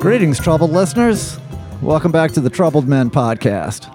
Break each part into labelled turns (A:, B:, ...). A: Greetings, troubled listeners. Welcome back to the Troubled Men podcast.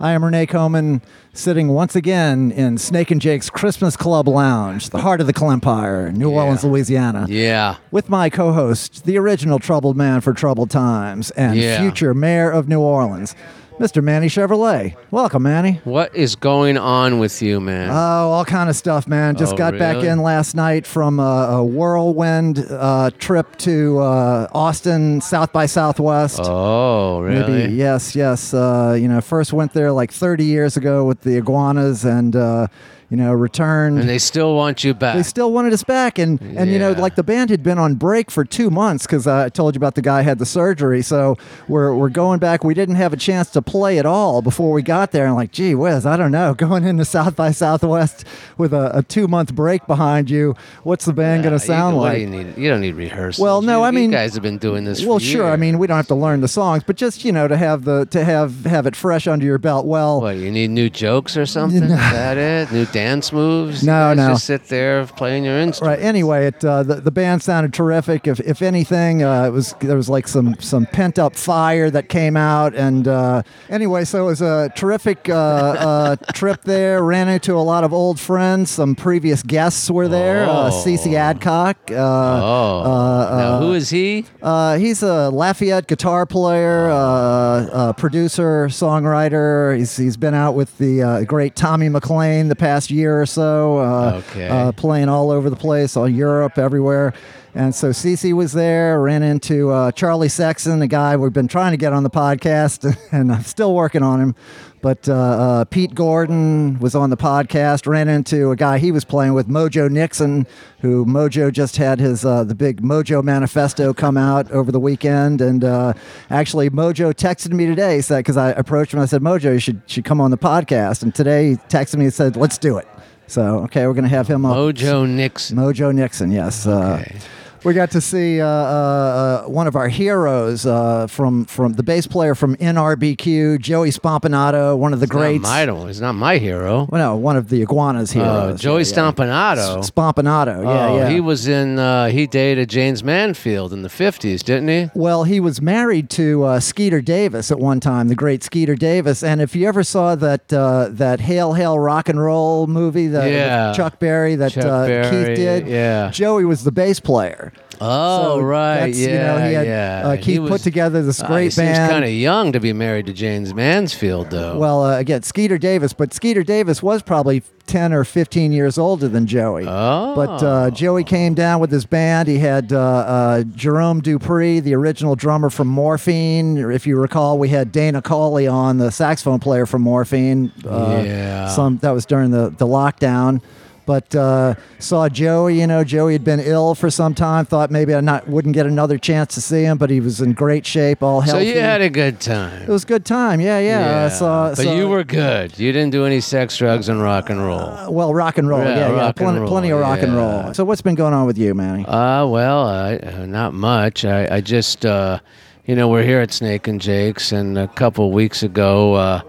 A: I am Renee Coman, sitting once again in Snake and Jake's Christmas Club Lounge, the heart of the Empire, New Orleans, Louisiana,
B: Yeah.
A: with my co host, the original Troubled Man for Troubled Times and
B: Yeah.
A: future mayor of New Orleans, Mr. Manny Chevrolet. Welcome, Manny.
B: What is going on with you, man?
A: Oh, all kind of stuff, man. Just
B: Oh,
A: got back
B: really?
A: in last night from a, a whirlwind uh, trip to uh, Austin, South by Southwest.
B: oh,
A: Maybe-
B: really?
A: yes, yes. Uh, you know, first went there like 30 years ago with the iguanas, and uh, you know, returned.
B: And they still want you back.
A: they still wanted us back, and and you know,
B: Yeah.
A: like the band had been on break for two months because I told you about the guy had the surgery. So we're we're going back. We didn't have a chance to play at all before we got there. And like, gee whiz, I don't know. Going into South by Southwest with a, a two month break behind you, what's the band
B: Uh,
A: going to sound
B: you, what
A: like?
B: Do you, need? you don't need rehearsals.
A: Well, no,
B: You-
A: I mean-
B: you guys have been doing this.
A: Well,
B: for
A: sure. I
B: years.
A: mean, we don't have to learn the songs, but just you know, to have the to have have it fresh under your belt. Well,
B: what you need new jokes or something? Is that it? New dance moves? You
A: No,
B: guys
A: no.
B: Just sit there playing your instrument.
A: right. Anyway, it uh, the, the band sounded terrific. If if anything, uh, it was there was like some some pent up fire that came out. And uh, anyway, so it was a terrific uh, uh, trip there. Ran into a lot of old friends. Some previous guests were there. Uh,
B: Oh.
A: Cece Adcock. Uh,
B: Oh.
A: Uh-uh.
B: now, who is he?
A: Uh, he's a Lafayette guitar player, uh, uh, producer, songwriter. He's, he's been out with the uh, great Tommy McLean the past year or so, uh,
B: Okay.
A: uh, playing all over the place, all Europe, everywhere. And so Cece was there. Ran into uh, Charlie Sexton, a guy we've been trying to get on the podcast, and I'm still working on him. But uh, uh, Pete Gordon was on the podcast. Ran into a guy he was playing with, Mojo Nixon, who Mojo just had his uh, the big Mojo manifesto come out over the weekend. And uh, actually, Mojo texted me today because I approached him. I said, Mojo, you should should come on the podcast. And today he texted me and said, Let's do it. So okay, we're gonna have him on.
B: Mojo Nixon.
A: Mojo Nixon, yes.
B: Okay.
A: Uh, we got to see uh, uh, uh, one of our heroes uh, from from the bass player from NRBQ, Joey Spampinato, one of the
B: Not
A: greats.
B: my, don't- he's not my hero.
A: well, no, one of the iguanas
B: Uh,
A: heroes.
B: Joey Stompanato.
A: Spampinato, yeah,
B: oh,
A: yeah.
B: He was in. Uh, he dated James Manfield in the fifties, didn't he?
A: Well, he was married to uh, Skeeter Davis at one time, the great Skeeter Davis. And if you ever saw that uh, that Hail Hail Rock and Roll movie, that with
B: Yeah.
A: Chuck Berry that
B: Chuck
A: uh, Keith
B: Berry,
A: did,
B: yeah.
A: Joey was the bass player.
B: Oh
A: So
B: right,
A: that's,
B: yeah,
A: you know, he had,
B: yeah. Uh, Ah,
A: uh, Keith put together this great band.
B: He's kind of young to be married to James Mansfield, though.
A: Well, uh, again, Skeeter Davis, but Skeeter Davis was probably 10 or 15 years older than Joey.
B: Oh.
A: But uh, Joey came down with his band. He had uh, uh, Jerome Dupree, the original drummer from Morphine. If you recall, we had Dana Cawley on, the saxophone player from Morphine. Uh,
B: Yeah.
A: Some that was during the, the lockdown. But uh, saw Joey. You know, Joey had been ill for some time. Thought maybe I not wouldn't get another chance to see him, but he was in great shape, all
B: so
A: healthy.
B: you had a good
A: it
B: time.
A: was a good time. Yeah, yeah. I saw,
B: but
A: saw-
B: you were good. You didn't do any sex, drugs, and rock and roll.
A: Uh, Well, rock and roll.
B: Yeah,
A: Yeah, yeah.
B: rock and
A: Plenty,
B: roll,
A: plenty of rock and
B: yeah.
A: roll. So, what's been going on with you, Manny?
B: Uh, well, I, uh, not much. I, I just, uh, you know, we're here at Snake and Jake's, and a couple weeks ago, uh,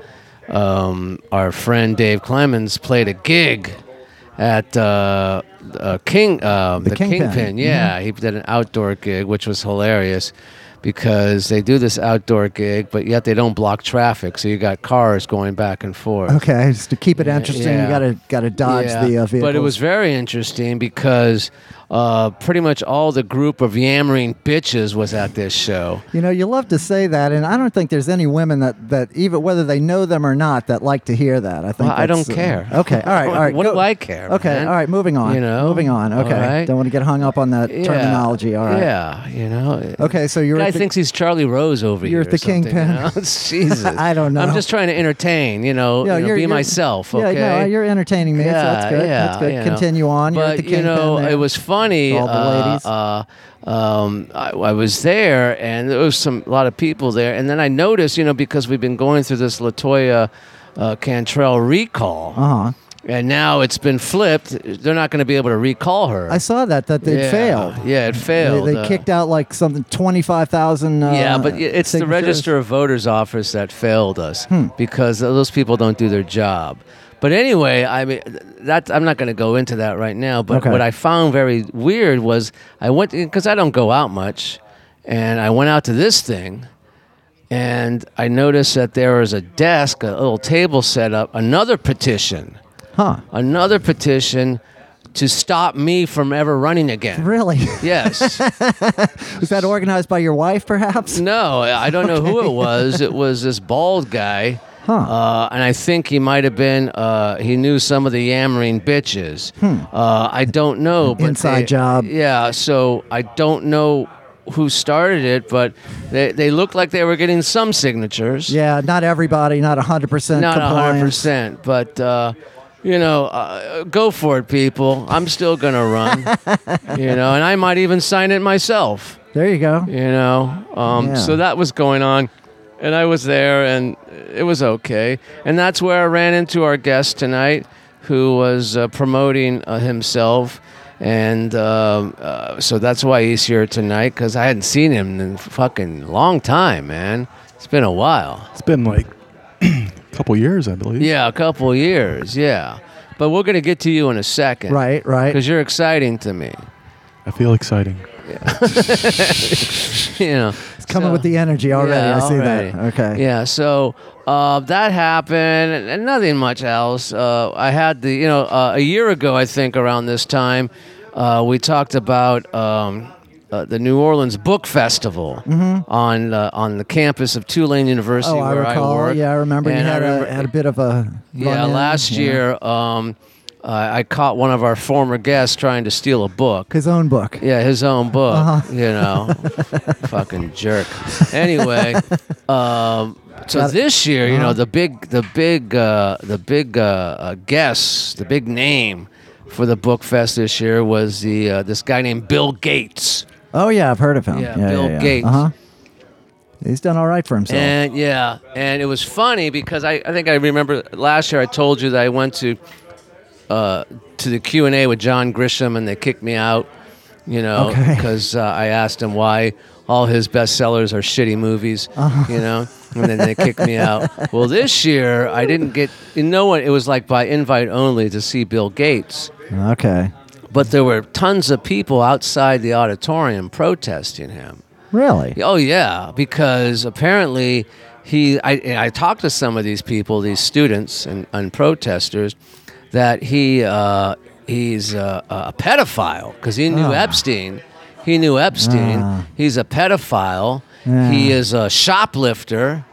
B: um, our friend Dave Clemens played a gig at uh, uh, King, uh, the,
A: Kingpin.
B: Yeah, he did an outdoor gig, which was hilarious because they do this outdoor gig, but yet they don't block traffic, so you got cars going back and forth.
A: Uh, okay, just to keep it interesting,
B: yeah.
A: you gotta gotta dodge
B: Yeah,
A: the uh, vehicle.
B: But it was very interesting because uh, pretty much all the group of yammering bitches was at this show.
A: You know, you love to say that, and I don't think there's any women that, that even whether they know them or not that like to hear that. I think
B: Well, I
A: that's, uh,
B: don't care.
A: Okay, all right, all right.
B: What
A: go-
B: do I care,
A: Okay,
B: man?
A: all right. Moving on.
B: You know?
A: moving on.
B: All
A: Okay,
B: right.
A: don't want to get hung up on that
B: Yeah,
A: terminology. All right.
B: Yeah, you know.
A: Okay, so you're
B: Guy
A: at the-
B: thinks he's Charlie Rose over
A: You're
B: here.
A: at the
B: or something,
A: kingpin.
B: you know? Jesus,
A: I don't know.
B: I'm just trying to entertain. You know,
A: Yeah,
B: you know,
A: you're-
B: be
A: you're-
B: myself.
A: Yeah,
B: Okay.
A: no, you're entertaining me. so that's good. that's good.
B: you know.
A: Continue on.
B: But
A: you're at the
B: you know,
A: kingpin there.
B: it was funny.
A: All the ladies.
B: Uh, uh, um, I, I was there, and there was some a lot of people there, and then I noticed, you know, because we've been going through this Latoya uh, Cantrell recall,
A: Uh-huh.
B: and now it's been flipped. They're not going to be able to recall her.
A: I saw that that they
B: yeah.
A: failed.
B: Yeah, it failed.
A: They, they
B: uh,
A: kicked out like something twenty five thousand. Uh,
B: yeah, but y- it's the
A: signatures. Hmm.
B: Register of Voters office that failed us because those people don't do their job. But anyway, I mean, th- that I'm not going to go into that right now. But
A: Okay.
B: eh, what I found very weird was I went because I don't go out much, And I went out to this thing, and I noticed that there was a desk, a little table set up, another petition,
A: Huh.
B: another petition to stop me from ever running again.
A: Really?
B: Yes.
A: Was that organized by your wife, perhaps?
B: No, I don't know who it was. It was this bald guy.
A: Huh.
B: Uh, and I think he might have been, uh, he knew some of the yammering bitches. Uh, I don't know. But
A: Hmm. inside
B: they-
A: job.
B: Yeah, so I don't know who started it, but they, they looked like they were getting some signatures.
A: Yeah, not everybody, not 100%
B: Not
A: compliance.
B: 100%, but. Uh, you know, uh, go for it, people. I'm still gonna run. you know, and I might even sign it myself
A: There you go.
B: you know um,
A: Yeah.
B: so that was going on and i was there and it was okay and that's where i ran into our guest tonight who was uh, promoting uh, himself and um uh, so that's why he's here tonight because i hadn't seen him in fucking long time man it's been a while
C: It's been like a couple years, I believe.
B: yeah a couple years yeah but we're gonna get to you in a second
A: Right, right.
B: because you're exciting to me
C: I feel exciting.
B: you know
A: It's coming
B: so-
A: with the energy already.
B: Yeah,
A: I see
B: already.
A: that. Okay.
B: Yeah, so uh, that happened, and and nothing much else. Uh, I had the, you know, uh, a year ago, I think, around this time, uh, we talked about um, uh, the New Orleans Book Festival on uh, on the campus of Tulane University,
A: Mm-hmm. Oh, I
B: where I
A: recall.
B: work.
A: yeah, I remember you
B: And I
A: had,
B: remember-
A: a, had a bit of a.
B: yeah,
A: run-in.
B: last
A: Yeah.
B: year, um, I I caught one of our former guests trying to steal a book.
A: His own book.
B: Yeah, his own book.
A: Uh-huh.
B: You know, fucking jerk. Anyway, um,
A: Got
B: so
A: it. Uh-huh.
B: this year, you know, the big, the big, uh, the big uh, uh, guess, the big name for the book fest this year was the uh, this guy named Bill Gates.
A: Oh, yeah, I've heard of him.
B: Yeah, Bill Gates.
A: Uh-huh. He's done all right for himself.
B: And yeah, and it was funny because I, I think I remember last year I told you that I went to uh, to the Q and A with John Grisham and they kicked me out, you know,
A: Okay.
B: because uh, I asked him why all his bestsellers are shitty movies, you know, and then they kicked me out. Well, this year I didn't get no one. It was like by invite only to see Bill Gates.
A: okay.
B: But there were tons of people outside the auditorium protesting him.
A: Really?
B: Oh yeah, because apparently he. I, and I talked to some of these people, these students and, and protesters, that he uh, he's uh, a pedophile because he knew
A: Ah.
B: Epstein. He knew Epstein.
A: Ah.
B: He's a pedophile.
A: Yeah.
B: He is a shoplifter.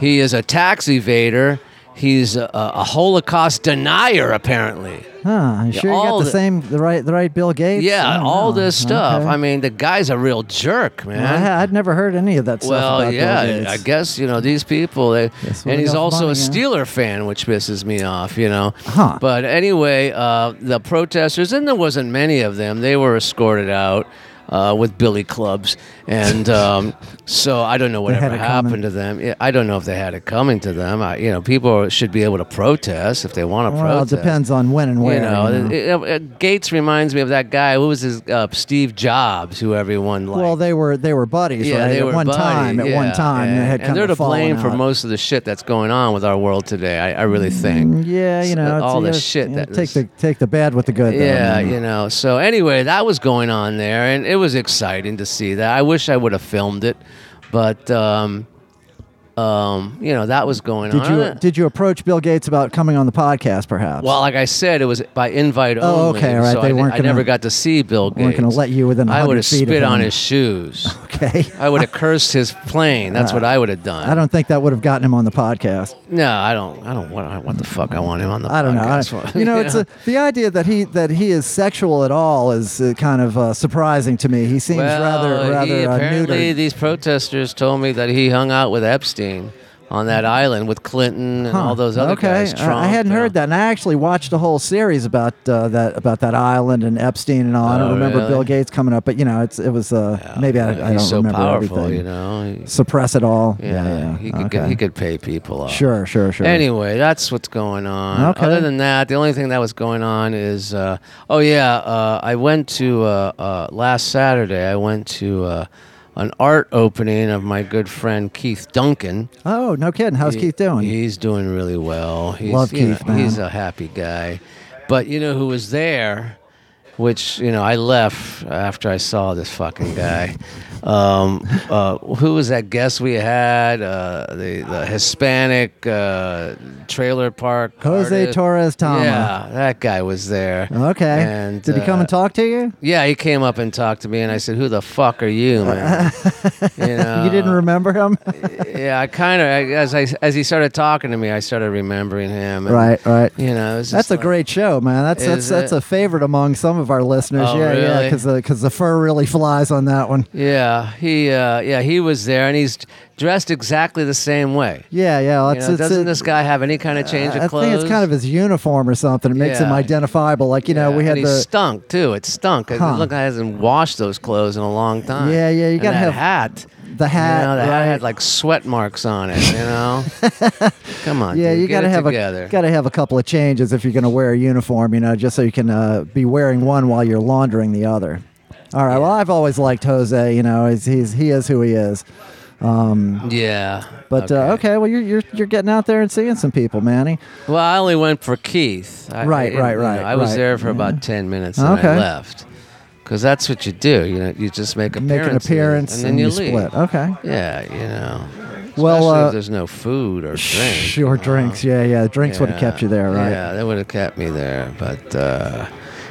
B: He is a tax evader. He's a, a Holocaust denier, apparently.
A: Huh. I'm sure you got
B: all
A: the,
B: the-
A: same, the right, the right Bill Gates. I
B: Yeah,
A: don't
B: all
A: know.
B: this stuff.
A: uh, Okay.
B: I mean, the guy's a real jerk, man.
A: Well, I, would never heard any of that stuff
B: Well,
A: about
B: yeah,
A: Bill Gates.
B: I guess you know these people. They,
A: Guess where
B: and
A: they
B: he's
A: got the
B: also a
A: money, huh?
B: Steeler fan, which pisses me off. You know.
A: Huh.
B: But anyway, uh, the protesters, and there wasn't many of them. They were escorted out. Uh, with billy clubs, and um, so I don't know
A: had
B: whatever
A: it coming.
B: happened to them. Yeah, I don't know if they had it coming to them. I, you know, people should be able to protest if they want to
A: Well, it
B: protest.
A: depends on when and where.
B: You know, it- it- it- Gates reminds me of that guy. Who was his uh, Steve Jobs, who everyone liked.
A: well, they were they were buddies,
B: Yeah,
A: right?
B: they
A: at
B: were
A: one
B: buddies,
A: time, at
B: yeah,
A: one time,
B: and,
A: they had
B: and
A: kind
B: they're
A: of
B: to
A: fallen
B: blame for
A: out.
B: most of the shit that's going on with our world today. I, I really think.
A: Mm, Yeah, you
B: So,
A: know, it's-
B: all the
A: yeah,
B: shit
A: you know,
B: that
A: take
B: is-
A: the take the bad with the good. though,
B: Yeah,
A: you know.
B: you know. So anyway, that was going on there, and it was exciting to see that. I wish I would have filmed it, but um, um, you know, that was going
A: Did
B: on.
A: you did you approach Bill Gates about coming on the podcast, perhaps?
B: well, like I said, it was by invite
A: Oh,
B: only.
A: okay, all right.
B: So
A: They
B: I, didn't-
A: weren't
B: I
A: gonna-
B: never got to see Bill Gates.
A: weren't gonna let you within
B: I
A: 100
B: would have
A: feet of
B: spit on
A: him.
B: his shoes.
A: okay. Uh,
B: I would have cursed his plane. That's what I would have done.
A: I don't think that would have gotten him on the podcast.
B: No, I don't. I don't. What, what the fuck? I want him on the.
A: I don't know. I-
B: podcast for.
A: you know, it's a, the idea that he that he is sexual at all is uh, kind of uh, surprising to me. He seems
B: well,
A: rather rather
B: he,
A: uh,
B: apparently
A: neutered.
B: these protesters told me that he hung out with Epstein on that island with Clinton and
A: Huh.
B: all those other
A: okay.
B: guys. uh,
A: I- I hadn't heard that, and I actually watched a whole series about uh, that about that island and Epstein and all. I don't
B: Oh,
A: remember
B: really?
A: Bill Gates coming up, but you know, it's it was uh, maybe I, I don't
B: He's so
A: remember
B: powerful,
A: everything.
B: you know. He-
A: Suppress it all. Yeah,
B: yeah,
A: yeah.
B: he could
A: okay.
B: he could pay people off.
A: Sure, sure, sure.
B: Anyway, that's what's going on.
A: Okay.
B: Other than that, the only thing that was going on is, uh, oh yeah, uh, I went to uh, uh, last Saturday. I went to uh, an art opening of my good friend Keith Duncan.
A: Oh, no kidding. How's
B: He-
A: Keith doing?
B: He's doing really well. He's,
A: Love
B: you know,
A: Keith, man.
B: He's a happy guy. But you know who was there, which you know I left after I saw this fucking guy, Um, uh, who was that guest we had? Uh, the, the Hispanic uh, trailer park.
A: Jose
B: artist.
A: Torres Tama.
B: Yeah, that guy was there.
A: Okay.
B: And,
A: Did he come
B: uh,
A: and talk to you?
B: Yeah, he came up and talked to me, and I said, "Who the fuck are you, man?" you, know?
A: you didn't remember him?
B: Yeah, I kind of as I as he started talking to me, I started remembering him. and,
A: right, right.
B: You know, it was
A: That's
B: just
A: a
B: like-
A: great show, man. That's that's
B: Is
A: that's
B: it?
A: a favorite among some of our listeners.
B: Oh,
A: yeah, yeah,
B: really?
A: because because the fur really flies on that one.
B: Yeah, he uh, yeah he was there, and he's dressed exactly the same way.
A: Yeah, yeah.
B: You
A: It's,
B: know,
A: it's,
B: doesn't
A: it-
B: this guy have any kind of change
A: I
B: of clothes?
A: think it's kind of his uniform or something. It makes him
B: Yeah.
A: identifiable. Like you know, we
B: and
A: had
B: he
A: the
B: stunk too. It stunk.
A: Huh.
B: Look, I hasn't washed those clothes in a long time.
A: Yeah, yeah, you
B: And
A: gotta
B: that
A: have
B: hat.
A: the hat.
B: you know, the
A: right?
B: hat had like sweat marks on it. You know, come on.
A: yeah,
B: dude,
A: you
B: get
A: gotta
B: it
A: have
B: together.
A: a gotta have a couple of changes if you're gonna wear a uniform. You know, just so you can uh, be wearing one while you're laundering the other. All right. Well, I've always liked Jose. You know, he's, he's he is who he is.
B: yeah,
A: But Uh, okay, well, you're, you're you're getting out there and seeing some people, Manny.
B: Well, I only went for Keith. I,
A: Right,
B: I didn't-
A: right,
B: you know,
A: right,
B: I was
A: right.
B: there for about ten minutes and
A: Okay.
B: I left because that's what you do. You know, you just make
A: Make an
B: appearances
A: appearance
B: and then you, leave.
A: split. Okay.
B: Yeah, you know.
A: Well,
B: Especially
A: uh,
B: if there's no food or drink.
A: Sure, drinks. Yeah, yeah. Drinks would have kept you there, right?
B: Yeah, that would have kept me there. But uh,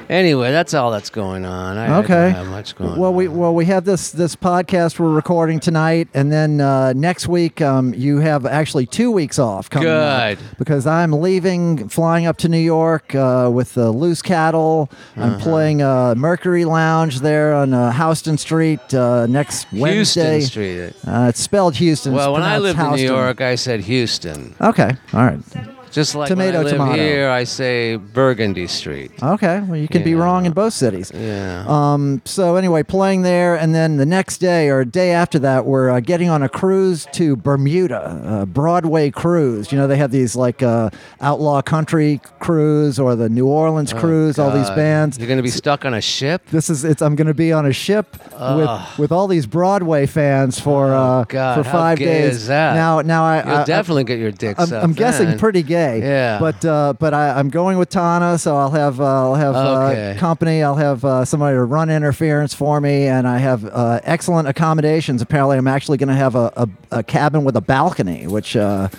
B: anyway, that's all that's going on. I, I
A: Okay.
B: don't have much going.
A: Well, we
B: on.
A: well we have this this podcast we're recording tonight, and then uh, next week um, you have actually two weeks off. Coming up,
B: Good.
A: because I'm leaving, flying up to New York uh, with the Loose Cattle.
B: Mm-hmm.
A: I'm playing uh, Mercury Lounge there on uh, Houston Street uh, next
B: Houston
A: Wednesday.
B: Street.
A: Uh, it's spelled Houston. It's
B: Well, when I
A: pronounced
B: lived in
A: Houston.
B: New York, I said Houston.
A: Okay. All right.
B: Just like
A: Tomato,
B: when I live
A: tomato.
B: here, I say Burgundy Street.
A: Okay. Well, you can be
B: Yeah.
A: wrong in both cities.
B: Yeah.
A: Um, so anyway, playing there, and then the next day or day after that, we're uh, getting on a cruise to Bermuda, uh, Broadway cruise. You know, they have these like uh, outlaw country cruise or the New Orleans cruise. all these
B: Oh, God.
A: bands.
B: You're going to be stuck on a ship?
A: This is it's. I'm going to be on a ship with with all these Broadway fans for uh,
B: Oh, God,
A: for
B: how
A: five
B: gay
A: days.
B: is that?
A: Now, now I,
B: You'll
A: I- I-
B: definitely get your dick
A: I'm,
B: sucked.
A: I'm guessing
B: then.
A: pretty gay.
B: Yeah.
A: But uh, but I, I'm going with Tana, so I'll have uh, I'll have
B: Okay.
A: uh, company. I'll have uh, somebody to run interference for me, and I have uh, excellent accommodations. Apparently, I'm actually going to have a, a, a cabin with a balcony, which uh,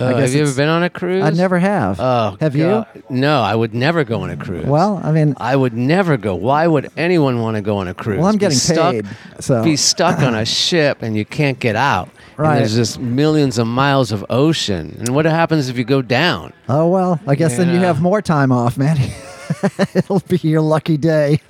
B: Uh,
A: I guess
B: have you ever
A: it's-
B: been on a cruise?
A: I never have.
B: Oh,
A: have
B: God. No, I would never go on a cruise.
A: you? Well, I mean,
B: I would never go. Why would anyone want to go on a cruise?
A: well, I'm
B: Be
A: getting
B: stuck-
A: paid, so
B: Be stuck on a ship and you can't get out.
A: Right.
B: And there's just millions of miles of ocean. And what happens if you go down?
A: oh well. I guess then you
B: Yeah.
A: have more time off, man. It'll be your lucky day.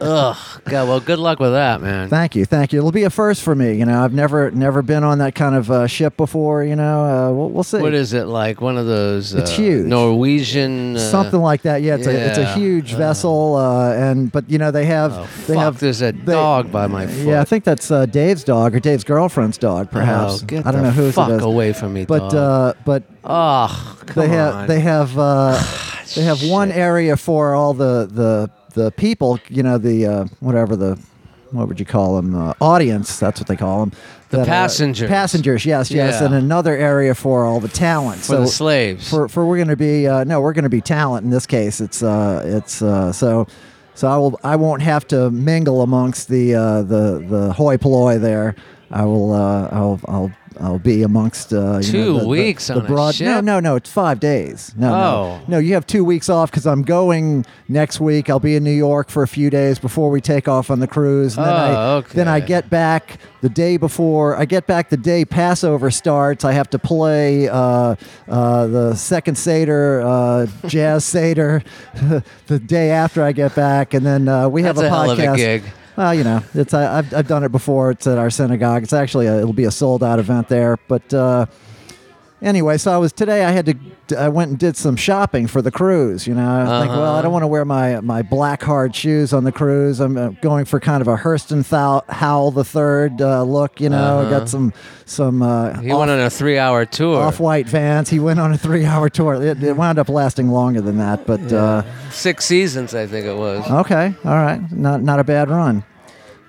B: Ugh. God, well, good luck with that, man.
A: Thank you, thank you. It'll be a first for me. You know, I've never never been on that kind of uh, ship before. You know, uh, we'll, we'll see.
B: what is it like? One of those
A: It's
B: uh,
A: huge.
B: Norwegian. Uh,
A: something like that. Yeah, it's a it's a
B: yeah,
A: huge
B: uh,
A: vessel, uh, and but you know they have
B: Oh,
A: they
B: fuck,
A: have
B: there's a
A: they-
B: dog by my foot.
A: Yeah, I think that's uh, Dave's dog or Dave's girlfriend's dog, perhaps.
B: Oh, get
A: I don't
B: the
A: know who
B: fuck
A: it is.
B: away from me,
A: But
B: dog.
A: uh, but
B: oh, come
A: they have
B: on.
A: they have uh, they have one area for all the the the people. You know the uh, whatever the. What would you call them? Uh, audience. That's what they call them.
B: The passengers.
A: Passengers. Yes, yes,
B: Yeah.
A: and another area for all the talent.
B: for
A: so
B: the slaves.
A: for for we're going to be uh, no, we're going to be talent in this case. It's uh, it's uh, so so I will I won't have to mingle amongst the uh, the the hoi polloi there. I will uh, I'll I'll I'll be amongst uh, you know,
B: Two
A: the- the,
B: weeks
A: the
B: on a
A: broad, No,
B: ship?
A: no, no. It's five days. No,
B: Oh.
A: no, no. You have two weeks off because I'm going next week. I'll be in New York for a few days before we take off on the cruise. And then I,
B: Oh,
A: Then I
B: okay.
A: get back the day before. I get back the day Passover starts. I have to play uh, uh, the second Seder, uh, jazz Seder, the day after I get back, and then uh, we have
B: That's
A: a
B: a hell of
A: podcast.
B: a gig.
A: Well, you know, it's I, I've, I've done it before. It's at our synagogue. It's actually a, it'll be a sold out event there. But uh, anyway, so I was today. I had to. I went and did some shopping for the cruise. You know, I think, well,
B: Uh-huh.
A: I don't want to wear my my black hard shoes on the cruise. I'm uh, going for kind of a Hurston Thou- Howell the Third uh, look. You know, got some some uh,
B: Uh-huh. He went on a three-hour tour.
A: off white Vans. He went on a three hour tour. It, it wound up lasting longer than that, but. Uh,
B: Six seasons, I think it was.
A: Okay, all right, not not a bad run.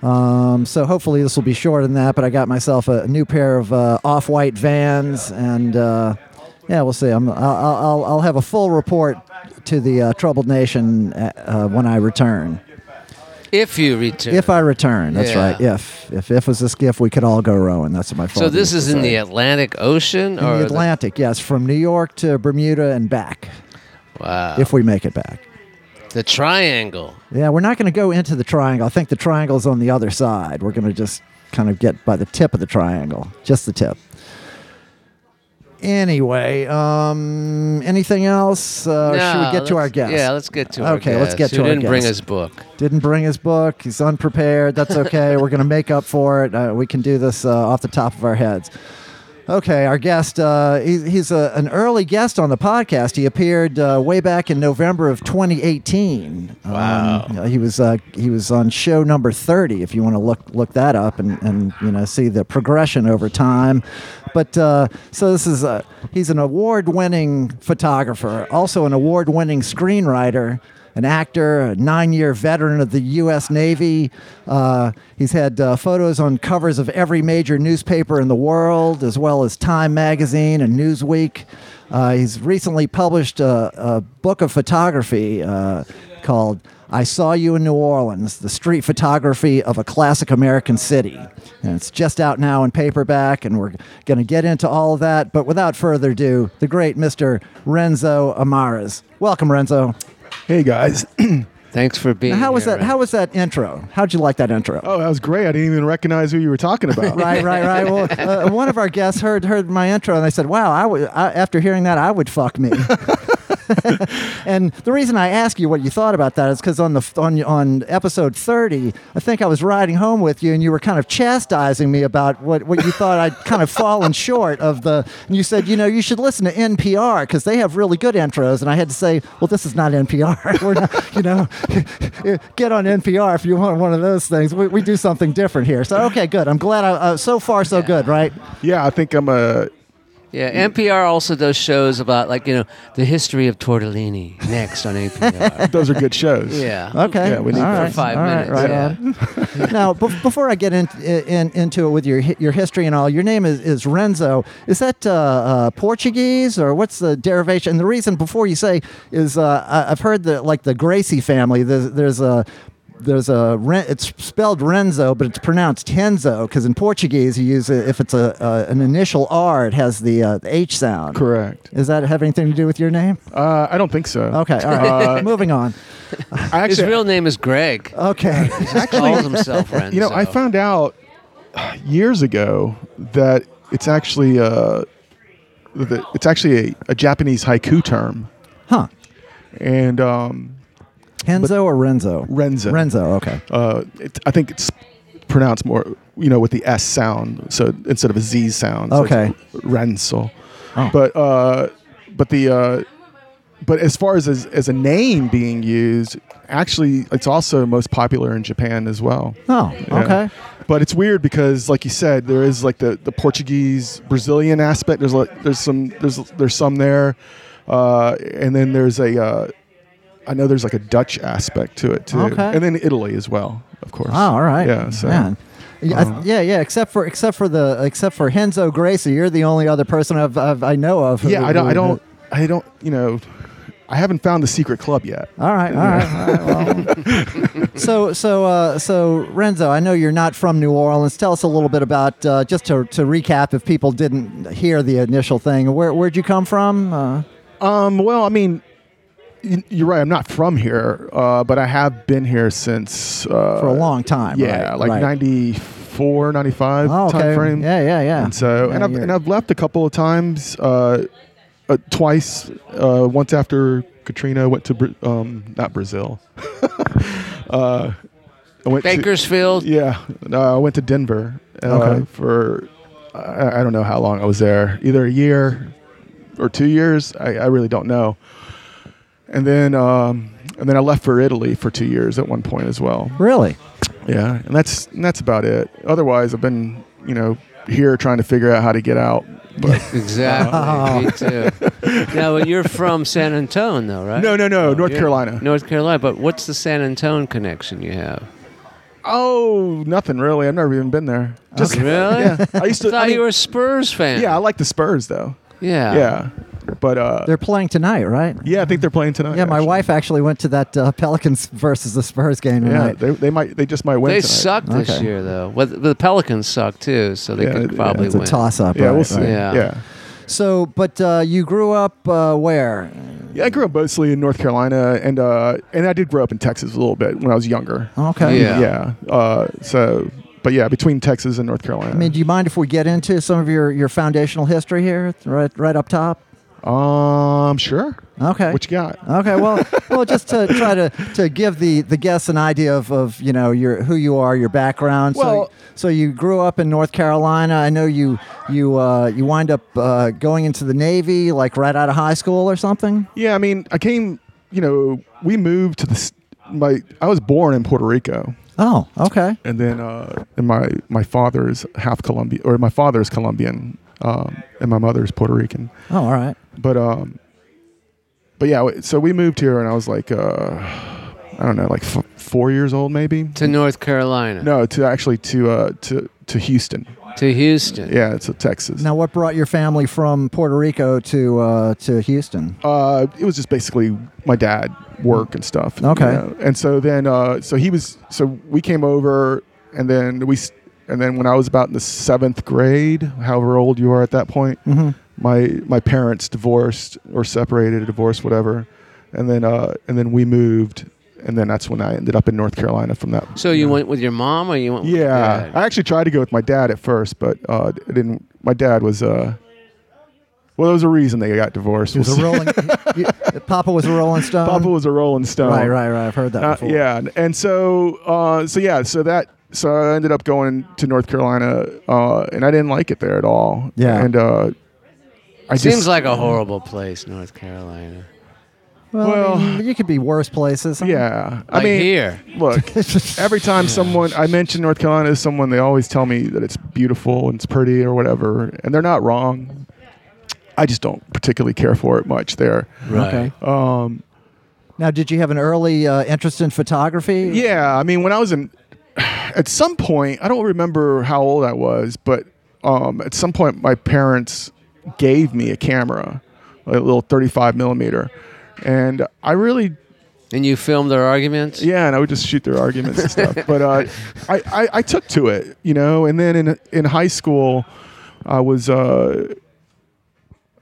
A: Um, so hopefully this will be shorter than that. But I got myself a new pair of uh, off-white Vans, and uh, yeah, we'll see. I'm, I'll, I'll I'll have a full report to the uh, troubled nation uh, uh, when I return.
B: If you return.
A: If I return, that's
B: Yeah.
A: right. If if if was this gift, we could all go rowing. That's what my father.
B: so this
A: used
B: is
A: to
B: in
A: say.
B: the Atlantic Ocean,
A: In
B: or
A: the Atlantic, yes, from New York to Bermuda and back,
B: wow,
A: if we make it back.
B: the triangle.
A: Yeah, we're not going to go into the triangle. I think the triangle's on the other side. We're going to just kind of get by the tip of the triangle, just the tip. Anyway, um, anything else? Uh, or should we
B: No,
A: get to our
B: let's-
A: guest?
B: Yeah, let's get to our
A: Okay, let's
B: guest,
A: get
B: who
A: to our
B: didn't bring
A: guest.
B: his book.
A: Didn't bring his book. He's unprepared. That's okay. We're going to make up for it. Uh, we can do this uh, off the top of our heads. Okay, our guest, uh, he, he's a, an early guest on the podcast. He appeared uh, way back in November of 2018.
B: Wow.
A: Um, he was uh, he was on show number 30. If you want to look look that up and, and you know see the progression over time, but uh, so this is uh he's an award winning photographer, also an award winning screenwriter. An actor, a nine year veteran of the U.S. Navy. Uh, he's had uh, photos on covers of every major newspaper in the world, as well as Time Magazine and Newsweek. Uh, he's recently published a, a book of photography uh, called I Saw You in New Orleans The Street Photography of a Classic American City. And it's just out now in paperback, and we're going to get into all of that. But without further ado, the great Mr. Renzo Amaras. Welcome, Renzo.
C: Hey guys.
B: Thanks for being.
A: Now, how was
B: here,
A: that? How was that intro? How'd you like that intro?
C: oh, that was great. I didn't even recognize who you were talking about.
A: Right, right, right. Well, uh, one of our guests heard heard my intro, and they said, "Wow, I would." I, after hearing that, I would fuck me. and the reason I ask you what you thought about that is because on the f- on on episode thirty, I think I was riding home with you, and you were kind of chastising me about what what you thought I'd kind of fallen short of the. And you said, you know, you should listen to NPR because they have really good intros. And I had to say, well, this is not NPR. We're not, you know, get on NPR if you want one of those things. We, we do something different here. So okay, good. I'm glad. I, uh, so far, so good, right?
C: Yeah, I think I'm a.
B: Yeah, NPR also does shows about like you know the history of tortellini. Next on NPR.
C: Those are good shows.
B: yeah.
A: Okay.
C: Yeah, we need
A: All
C: that.
A: right.
B: For five
A: All right,
B: minutes.
A: right
B: yeah.
A: on. now, bef- before I get in, in, into it with your hi- your history and all, your name is, is Renzo. Is that uh, uh, Portuguese or what's the derivation? And the reason before you say is uh, I- I've heard that like the Gracie family, there's, there's a there's a Ren- it's spelled Renzo, but it's pronounced Henzo because in Portuguese you use it, if it's a, a an initial R, it has the, uh, the H sound.
C: Correct.
A: Does that have anything to do with your name?
C: Uh, I don't think so.
A: Okay, all
C: Uh,
A: right. Moving on.
C: I
B: His
C: actually,
B: real name is Greg.
A: Okay.
B: calls himself Renzo.
C: you know, I found out years ago that it's actually uh, that it's actually a, a Japanese haiku term,
A: Huh.
C: and um,
A: Henzo or Renzo?
C: Renzo.
A: Renzo, okay.
C: uh, it, I think it's pronounced more, you know, with the S sound. So instead of a Z sound. so it's
A: Okay.
C: Renzo.
A: Oh.
C: But uh, but the uh, but as far as, as as a name being used, actually, it's also most popular in Japan as well.
A: Oh,
C: Yeah.
A: okay.
C: But it's weird because, like you said, there is like the, the Portuguese Brazilian aspect. There's like there's some there's there's some there, uh, and then there's a uh, I know there's like a Dutch aspect to it too,
A: Okay.
C: and then Italy as well, of course.
A: Oh, all right.
C: Yeah. So uh-huh.
A: Man. Yeah, I th- yeah, yeah. Except for except for the except for Henzo Gracie, you're the only other person I've, I've I know of. who-
C: yeah, I don't
A: who-
C: I don't I don't you know I haven't found the secret club yet.
A: All right, all right. All right well. so, so, uh, so, Renzo, I know you're not from New Orleans. Tell us a little bit about uh, just to, to recap, if people didn't hear the initial thing. Where where'd you come from? Uh,
C: Um. Well, I mean. y- You're right. I'm not from here, uh, but I have been here since uh,
A: for a long time.
C: Yeah,
A: right,
C: like
A: right.
C: 94, 95
A: Oh, okay.
C: time frame.
A: Yeah, yeah, yeah.
C: And so,
A: Yeah,
C: and I've,
A: you're-
C: and I've left a couple of times, uh, uh, twice. Uh, once after Katrina went to Bra- um, not Brazil. uh, I went to-
B: Bakersfield.
C: yeah, no, I went to Denver uh,
A: Okay.
C: for I, I don't know how long I was there, either a year or two years. I, I really don't know. And then um, and then I left for Italy for two years at one point as well.
A: really.
C: Yeah, and that's and that's about it. Otherwise, I've been you know here trying to figure out how to get out. But
B: Exactly. Me too. Now well, you're from San Antone, though, right?
C: no, no, no,
B: Oh,
C: North
B: you're-
C: Carolina.
B: North Carolina. But what's the San Antone connection you have?
C: Oh, nothing really. I've never even been there. Just
B: really?
C: yeah. I used
B: I
C: to.
B: thought
C: I mean,
B: you were a Spurs fan.
C: yeah, I like the Spurs though.
B: yeah.
C: Yeah, But uh,
A: They're playing tonight, right?
C: yeah, I think they're playing tonight.
A: Yeah, my
C: actually.
A: wife actually went to that uh, Pelicans versus the Spurs game
C: Yeah,
A: tonight.
C: they, they might they just might win.
B: They
C: tonight.
B: suck this
A: Okay.
B: year though. Well, the Pelicans suck too, so they
C: Yeah,
B: could
C: yeah,
B: probably
A: it's a
B: win.
A: toss up.
C: Yeah,
A: right,
C: we'll see.
A: right.
B: Yeah.
C: Yeah. yeah,
A: So, but uh, you grew up uh, where?
C: I grew up mostly in North Carolina, and uh, and I did grow up in Texas a little bit when I was younger.
A: Okay.
B: Yeah.
C: yeah. Uh, so, but yeah, between Texas and North Carolina.
A: I mean, do you mind if we get into some of your, your foundational history here, right right up top?
C: um, sure.
A: Okay.
C: What you got?
A: Okay, well, well, just to try to, to give the, the guests an idea of, of you know your who you are, your background.
C: Well-
A: so, so you grew up in North Carolina. I know you you uh, you wind up uh, going into the Navy like right out of high school or something.
C: Yeah, I mean, I came. You know, we moved to the. s- My I was born in Puerto Rico,
A: Oh, okay.
C: and then uh, and my my father is half Colombian, or my father is Colombian, um, and my mother is Puerto Rican.
A: Oh, all right.
C: But um, but yeah, w- so we moved here, and I was like, uh, I don't know, like f- four years old, maybe.
B: To North Carolina.
C: No, to actually to uh to to Houston.
B: To Houston.
C: Yeah, it's a Texas.
A: Now, what brought your family from Puerto Rico to uh, to Houston?
C: uh, it was just basically my dad work and stuff.
A: Okay.
C: And so then, uh, so he was, so we came over, and then we, s- and then when I was about in the seventh grade, however old you are at that point,
A: Mm-hmm.
C: my my parents divorced or separated, divorced, whatever, and then uh, and then we moved, and then that's when I ended up in North Carolina from that.
B: So you went with your mom, or you went?
C: Yeah,
B: With
C: I actually tried to go with my dad at first, but uh, I didn't. My dad was uh, well, there was a reason they got divorced.
A: He was a rolling. you- Papa was a Rolling Stone.
C: Papa was a Rolling Stone.
A: Right, right, right. I've heard that
C: Uh,
A: before.
C: yeah, and- and so uh, so yeah, so that so I ended up going to North Carolina, uh, and I didn't like it there at all.
A: Yeah.
C: and uh, I
B: Seems
C: just,
B: like a horrible place, North Carolina.
A: Well, I
C: Well-
A: mean, you could be worse places.
C: yeah. I
B: Like
C: mean,
B: here.
C: look, every time someone I mention North Carolina to someone, they always tell me that it's beautiful and it's pretty or whatever, and they're not wrong. I just don't particularly care for it much there.
B: Right.
A: Okay.
C: Um,
A: Now, did you have an early uh, interest in photography?
C: Yeah, I mean, when I was in, at some point, I don't remember how old I was, but um, at some point, my parents gave me a camera, a little 35 millimeter, and I really,
B: And you filmed their arguments.
C: yeah, and I would just shoot their arguments and stuff. But uh, I, I, I took to it, you know, and then in in high school, I was. Uh,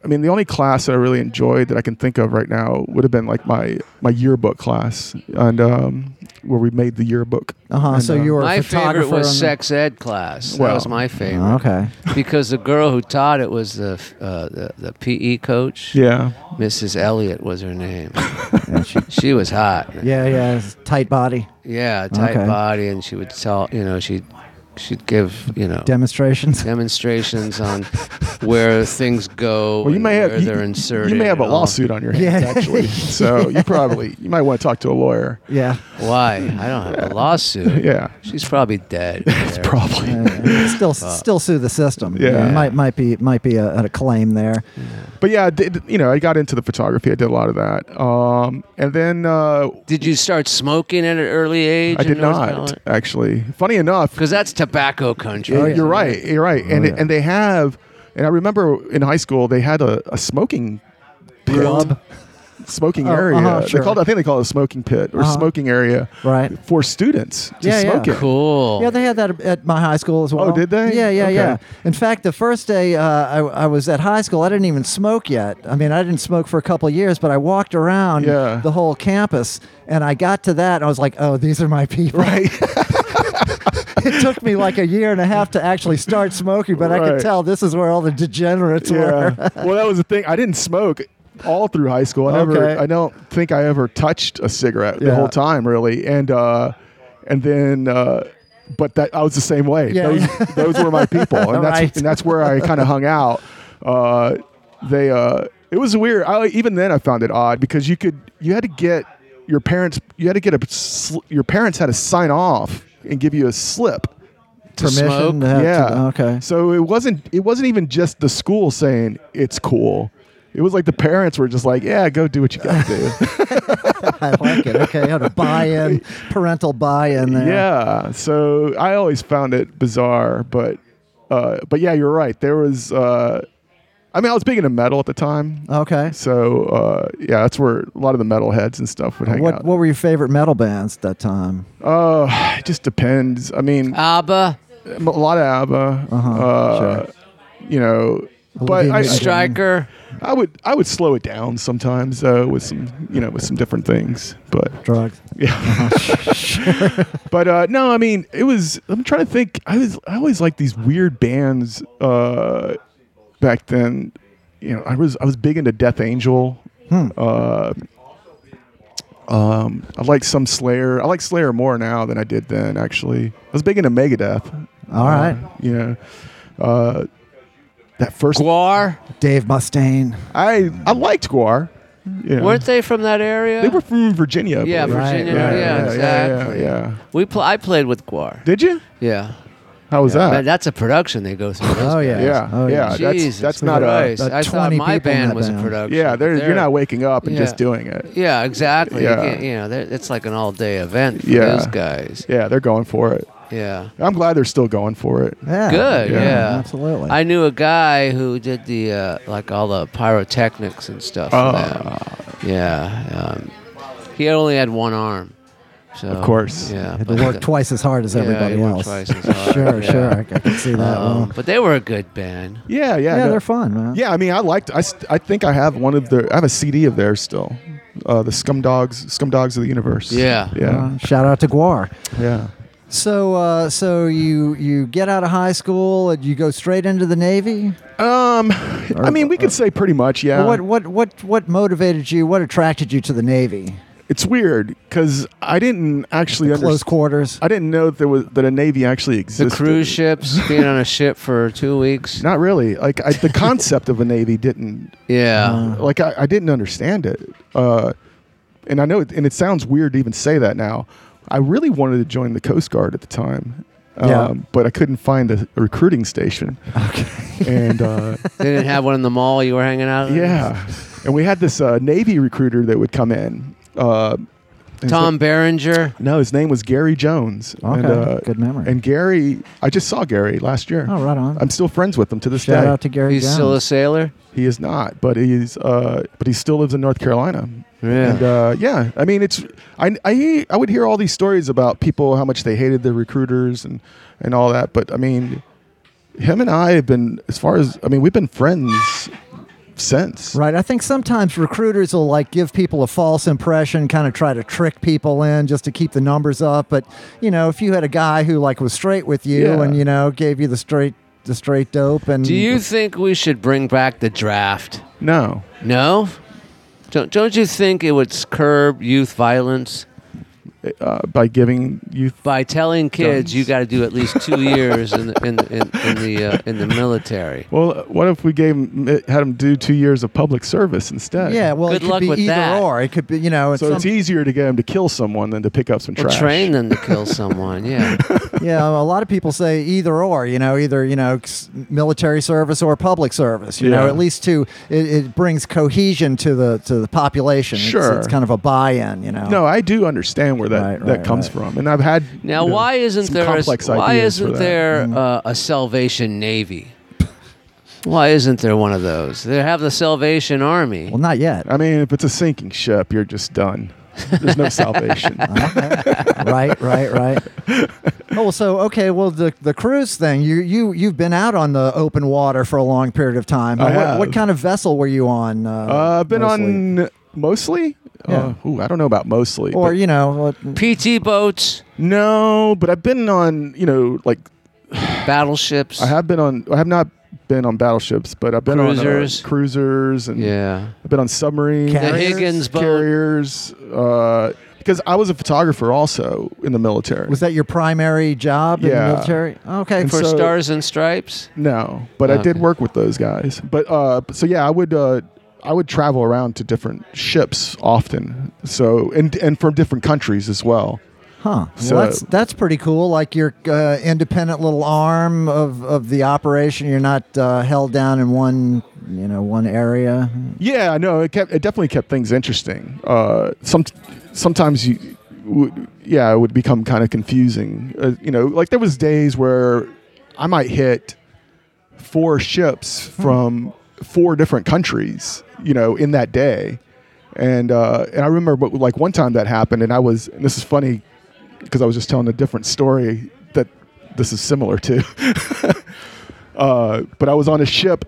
C: I mean, the only class that I really enjoyed that I can think of right now would have been like my my yearbook class, and um, where we made the yearbook.
A: Uh-huh,
C: And, uh,
A: so you were a
B: My favorite
A: photographer
B: was
A: on the-
B: sex ed class. that
C: Well.
B: was my favorite.
A: Oh, okay.
B: Because the girl who taught it was the uh, the, the PE coach.
C: Yeah.
B: Mrs. Elliott was her name.
A: Yeah, she-
B: she was hot.
A: yeah, yeah. it's Tight body
B: Yeah, tight
A: Okay.
B: body, and she would tell you know she she'd give you know
A: demonstrations.
B: demonstrations on where things go.
C: Well, you
B: and
C: may
B: where
C: have you,
B: they're
C: you
B: inserted.
C: may have a
B: and all.
C: lawsuit on your hands
A: Yeah.
C: actually, so you probably you might want to talk to a lawyer.
A: Yeah.
B: Why? I don't have a lawsuit.
C: Yeah,
B: She's probably dead.
C: it's probably
A: Yeah. still, still sue the system.
C: Yeah.
A: might might be might be a, a claim there.
C: But yeah, I did, you know, I got into the photography. I did a lot of that, um, and then uh,
B: Did you start smoking at an early age?
C: I did not actually. Funny enough,
B: Because that's tobacco country.
A: Oh, yeah.
C: you're right, you're right, and
A: Oh, yeah.
C: and they have, and I remember in high school they had a, a smoking pit,
A: Club.
C: smoking
A: Oh,
C: area.
A: uh-huh, sure.
C: They called, I think they call it a smoking pit or
A: Uh-huh.
C: smoking area,
A: Right.
C: for students to
A: Yeah, yeah.
C: smoke it.
B: Cool.
A: Yeah, they had that at my high school as well.
C: Oh, did they?
A: Yeah, yeah,
C: Okay.
A: yeah. In fact, the first day uh, I, I was at high school, I didn't even smoke yet. I mean, I didn't smoke for a couple of years, but I walked around
C: Yeah.
A: the whole campus, and I got to that, and I was like, "Oh, these are my people."
C: Right.
A: it took me like a year and a half to actually start smoking, but I could
C: Right.
A: tell this is where all the degenerates were.
C: Yeah. well, that was the thing. I didn't smoke all through high school. I never.
A: Okay.
C: I don't think I ever touched a cigarette
A: Yeah.
C: the whole time, really. And uh, and then, uh, but that I was the same way.
A: Yeah.
C: Those, those were my people, and that's
A: Right.
C: and that's where I kind of hung out. Uh, they. Uh, it was weird. I, even then, I found it odd because you could you had to get your parents you had to get a sl- your parents had to sign off and give you a slip
A: Permission? uh,
B: smoke?
A: to have to-
C: yeah.
A: okay.
C: So it wasn't it wasn't even just the school saying it's cool. It was like the parents were just like, "Yeah, go do what you got to do."
A: I like it. Okay, I had a buy-in, parental buy-in there.
C: yeah. So I always found it bizarre, but uh, but yeah, you're right. There was uh, I mean, I was big into metal at the time,
A: Okay.
C: so uh, yeah, that's where a lot of the metal heads and stuff would hang
A: What
C: out.
A: What were your favorite metal bands at that time?
C: Uh, it just depends. I mean,
B: ABBA,
C: a lot of ABBA.
A: Uh, Uh-huh,
C: uh,
A: sure.
C: You know, but
A: Olivia
C: I,
A: Newton-John.
B: Striker.
C: I would I would slow it down sometimes though with some you know with some different things, but
A: Drugs.
C: yeah. but uh, no, I mean it was. I'm trying to think. I was I always liked these weird bands uh, back then. You know, I was I was big into Death Angel. Uh, um, I like some Slayer. I like Slayer more now than I did then. Actually, I was big into Megadeth.
A: All right.
C: You know, uh, that first
B: Guar.
A: Dave Mustaine.
C: I I liked Guar. Yeah.
B: Weren't they from that area?
C: They were from Virginia. I
B: Yeah,
C: believe.
B: Virginia.
A: Right,
B: Yeah,
A: right, right.
B: exactly.
C: Yeah, yeah, yeah.
B: We pl- I played with Guar.
C: Did you?
B: Yeah.
C: How was that?
B: Man, that's a production they go through.
A: Oh yeah.
C: Yeah,
A: Oh
C: yeah.
A: yeah.
C: that's-
B: Jesus
C: that's not a-
B: Christ.
A: about
B: I thought
A: 20
B: my
A: people in
B: band
A: that
B: was a
A: band.
B: production.
C: yeah, they're,
B: They're-
C: you're not waking up and
B: Yeah.
C: just doing it.
B: Yeah, exactly. You
C: Yeah.
B: can't- You, know, they're- it's like an all-day event for
C: Yeah.
B: those guys.
C: Yeah, they're going for it.
B: Yeah.
C: I'm glad they're still going for it.
A: Yeah.
B: Good, yeah.
A: Absolutely.
B: I knew a guy who did the uh, like all the pyrotechnics and stuff. for
C: Oh.
B: them. Yeah. Um, he only had one arm. So,
C: Of course.
B: Yeah.
A: Had to
B: but
A: work
B: the-
A: twice as hard as
B: Yeah,
A: everybody
B: you
A: else.
B: work twice as hard,
A: sure,
B: yeah.
A: sure. I, I can see that.
B: Um,
A: well.
B: but they were a good band.
C: Yeah,
A: yeah,
C: yeah, no-
A: they're fun, man.
C: yeah. I mean, I liked. I, st- I think I have one of their. I have a CD of theirs still. Uh, the Scum Dogs, Scum Dogs of the Universe.
B: Yeah. Uh-huh.
C: yeah,
A: Uh, shout out to Guar.
C: yeah.
A: So, uh, so you you get out of high school and you go straight into the Navy.
C: Um, I mean, we could
B: uh,
C: say pretty much. Yeah.
A: What what what what motivated you? What attracted you to the Navy?
C: It's weird because I didn't actually
A: Close
C: understand.
A: quarters.
C: I didn't know there was that a navy actually
B: The
C: existed.
B: cruise ships, being on a ship for two weeks.
C: Not really. Like I, the concept of a navy didn't
B: Yeah.
A: Uh.
C: like I, I didn't understand it uh, and i know it, and it sounds weird to even say that now i really wanted to join the coast guard at the time um,
A: Yeah.
C: but i couldn't find a, a recruiting station okay and uh,
B: they didn't have one in the mall you were hanging out in?
C: yeah and we had this uh, navy recruiter that would come in uh, and his
B: Tom Berenger.
C: na- no his name was gary jones
A: Okay,
C: and, uh,
A: good memory.
C: and gary i just saw gary last year
A: oh, right on.
C: i'm still friends with him to this
A: shout
C: day
A: out to Gary.
B: He's
A: Jones.
B: still a sailor.
C: he is not but he's uh, but he still lives in north carolina
B: Yeah.
C: And uh, yeah, I mean, it's I, I I would hear all these stories about people how much they hated their recruiters and and all that, but I mean, him and I have been as far as I mean, we've been friends since.
A: Right. I think sometimes recruiters will like give people a false impression, kind of try to trick people in just to keep the numbers up. But you know, if you had a guy who like was straight with you
C: Yeah.
A: and you know gave you the straight the straight dope and
B: Do you think we should bring back the draft?
C: No,
B: No? Don't, don't you think it would s- curb youth violence
C: uh, by giving youth.
B: by telling kids
C: Guns.
B: you got to do at least two years in the, in, the- in, in the, uh, in the military?
C: Well, what if we gave 'em- had him do two years of public service instead?
A: Yeah. Well,
B: Good
A: it could
B: luck
A: be
B: with
A: either
B: that.
A: or. It could be you know.
C: So
A: some-
C: it's e easier to get him to kill someone than to pick up some
B: Or
C: trash.
B: train them to kill someone, yeah.
A: yeah, a lot of people say either or, you know, either, you know, s- military service or public service, you know,
C: Yeah.
A: at least to, it, it brings cohesion to the, to the population. It's-
C: Sure.
A: It's, kind of a buy-in, you know?
C: No, I do understand where that
A: Right,
C: that
A: right,
C: comes
A: right.
C: from, and I've had
B: Now,
C: you know,
B: why isn't
C: some
B: there a,
C: complex
B: why
C: ideas for
B: isn't
C: that. Mm-hmm.
B: there uh, a Salvation Navy? Why isn't there one of those? They have the Salvation Army.
A: Well, not yet.
C: I mean, if it's a sinking ship, you're just done. There's no salvation.
A: Uh-huh. right, right, right. Oh, so okay. Well, the the cruise thing. You you you've been out on the open water for a long period of time.
C: I
A: what,
C: have.
A: what kind of vessel were you on? Uh,
C: Uh, I've been
A: mostly?
C: on mostly.
A: Yeah.
C: Uh, ooh, I don't know about mostly.
A: or
C: but-
A: you know, what,
B: PT boats,
C: no, but I've been on. You know, like
B: battleships.
C: I have been on. I have not been on battleships, but I've been
B: Cruisers.
C: on uh, cruisers and
B: Yeah.
C: I've been on submarines,
A: The Carriers?
B: Higgins boat.
C: carriers. Uh, because I was a photographer also in the military.
A: was that your primary job in
C: Yeah.
A: the military? Okay.
C: And
B: For
C: so-
B: Stars and Stripes?
C: No, but I did
B: Okay.
C: work with those guys. But uh, so yeah, I would uh, I would travel around to different ships often. So and and from different countries as well.
A: huh.
C: so-
A: well, that's that's pretty cool. Like your uh, independent little arm of, of the operation. You're not uh, held down in one you know one area.
C: Yeah, I know. It kept it definitely kept things interesting. Uh, some sometimes you. Would, yeah, it would become kind of confusing. Uh, you know, like there was days where I might hit four ships from four different countries, you know, in that day. And uh, and I remember, but like one time that happened, and I was. And this is funny because I was just telling a different story that this is similar to. uh, but I was on a ship.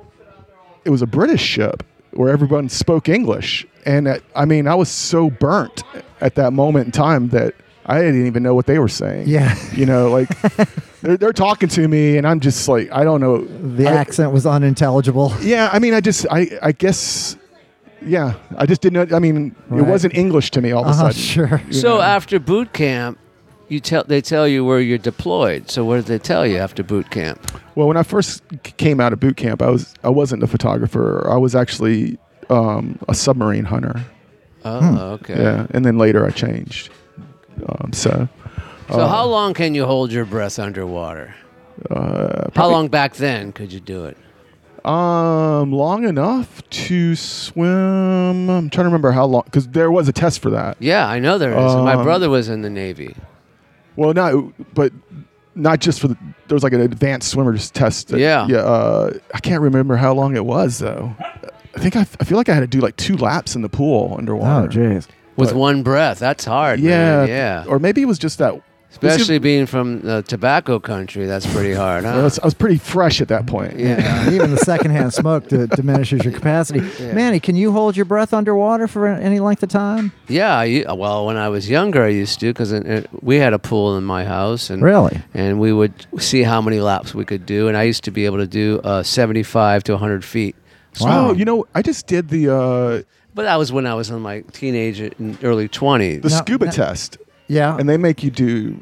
C: It was a British ship where everyone spoke English, and at, I mean, I was so burnt at that moment in time that I didn't even know what they were saying.
A: Yeah.
C: you know, like they're, they're talking to me, and I'm just like, I don't know
A: The
C: I-
A: accent was unintelligible.
C: yeah, I mean, I just, I, I guess, yeah, I just didn't. know- I mean, it
A: Right.
C: wasn't English to me all of a
A: Uh-huh,
C: sudden.
A: sure.
B: So uh, after boot camp, you tell they tell you where you're deployed. So what did they tell you after boot camp?
C: Well, when I first c- came out of boot camp, I was, I wasn't a photographer. I was actually um, a submarine hunter.
B: Oh, okay.
C: Hmm. Yeah, and then later I changed. Um, so Oh.
B: So how long can you hold your breath underwater?
C: uh,
B: How long back then could you do it?
C: Um, long enough to swim. I'm trying to remember how long, because there was a test for that.
B: Yeah, I know there is. My
C: Um,
B: brother was in the Navy.
C: Well, not, but not just for the, there was like an advanced swimmers test. that-
B: Yeah.
C: Yeah. Uh, I can't remember how long it was though. I think I, I feel like I had to do like two laps in the pool underwater.
A: Oh, jeez.
B: With
C: but-
B: one breath, that's hard.
C: Yeah.
B: man. yeah.
C: Or maybe it was just that. this is-
B: Especially being from the tobacco country, that's pretty hard,
C: I
B: huh?
C: was, I was pretty fresh at that point.
B: Yeah.
A: And even the secondhand smoke d- diminishes your capacity. Manny, can you hold your breath underwater for any length of time?
B: Yeah. I, u- well, when I was younger, I used to because we had a pool in my house, and
A: Really?
B: and we would see how many laps we could do. And I used to be able to do uh, 75 to 100 feet.
C: Wow.
A: Wow.
C: Oh, you know, I just did the uh,
B: But that was when I was in my teenage and early 20s.
C: the
A: No,
C: scuba
A: no.
C: test,
A: Yeah.
C: and they make you do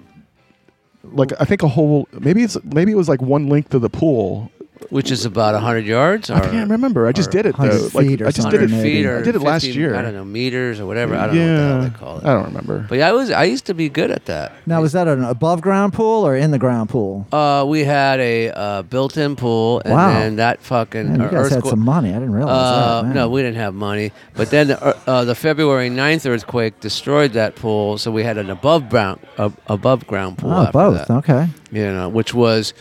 C: like I think a whole maybe it's maybe it was like one length of the pool.
B: which is about 100 yards or
C: I can't remember. I just
B: or
C: did it though.
A: 100
C: Like
A: feet or
C: I just did
B: 100
C: it.
A: something,
B: feet or
A: maybe.
C: I did it last
B: 50
C: year.
B: I don't know, meters or whatever. I don't know what the hell they
C: I
B: call it.
C: don't remember.
B: But I was I used to be good at that.
A: now, was that an above ground pool or in the ground pool?
B: Uh, we had a uh, built-in pool, and
A: Wow.
B: then that fucking uh,
A: Man, you guys had
B: earthquake.
A: some money. I didn't realize
B: uh,
A: that. man.
B: no, we didn't have money. But then the, ear- uh, the February 9th earthquake destroyed that pool, so we had an above ground uh, above ground pool.
A: oh,
B: after
A: both.
B: that,
A: Okay.
B: you know, which was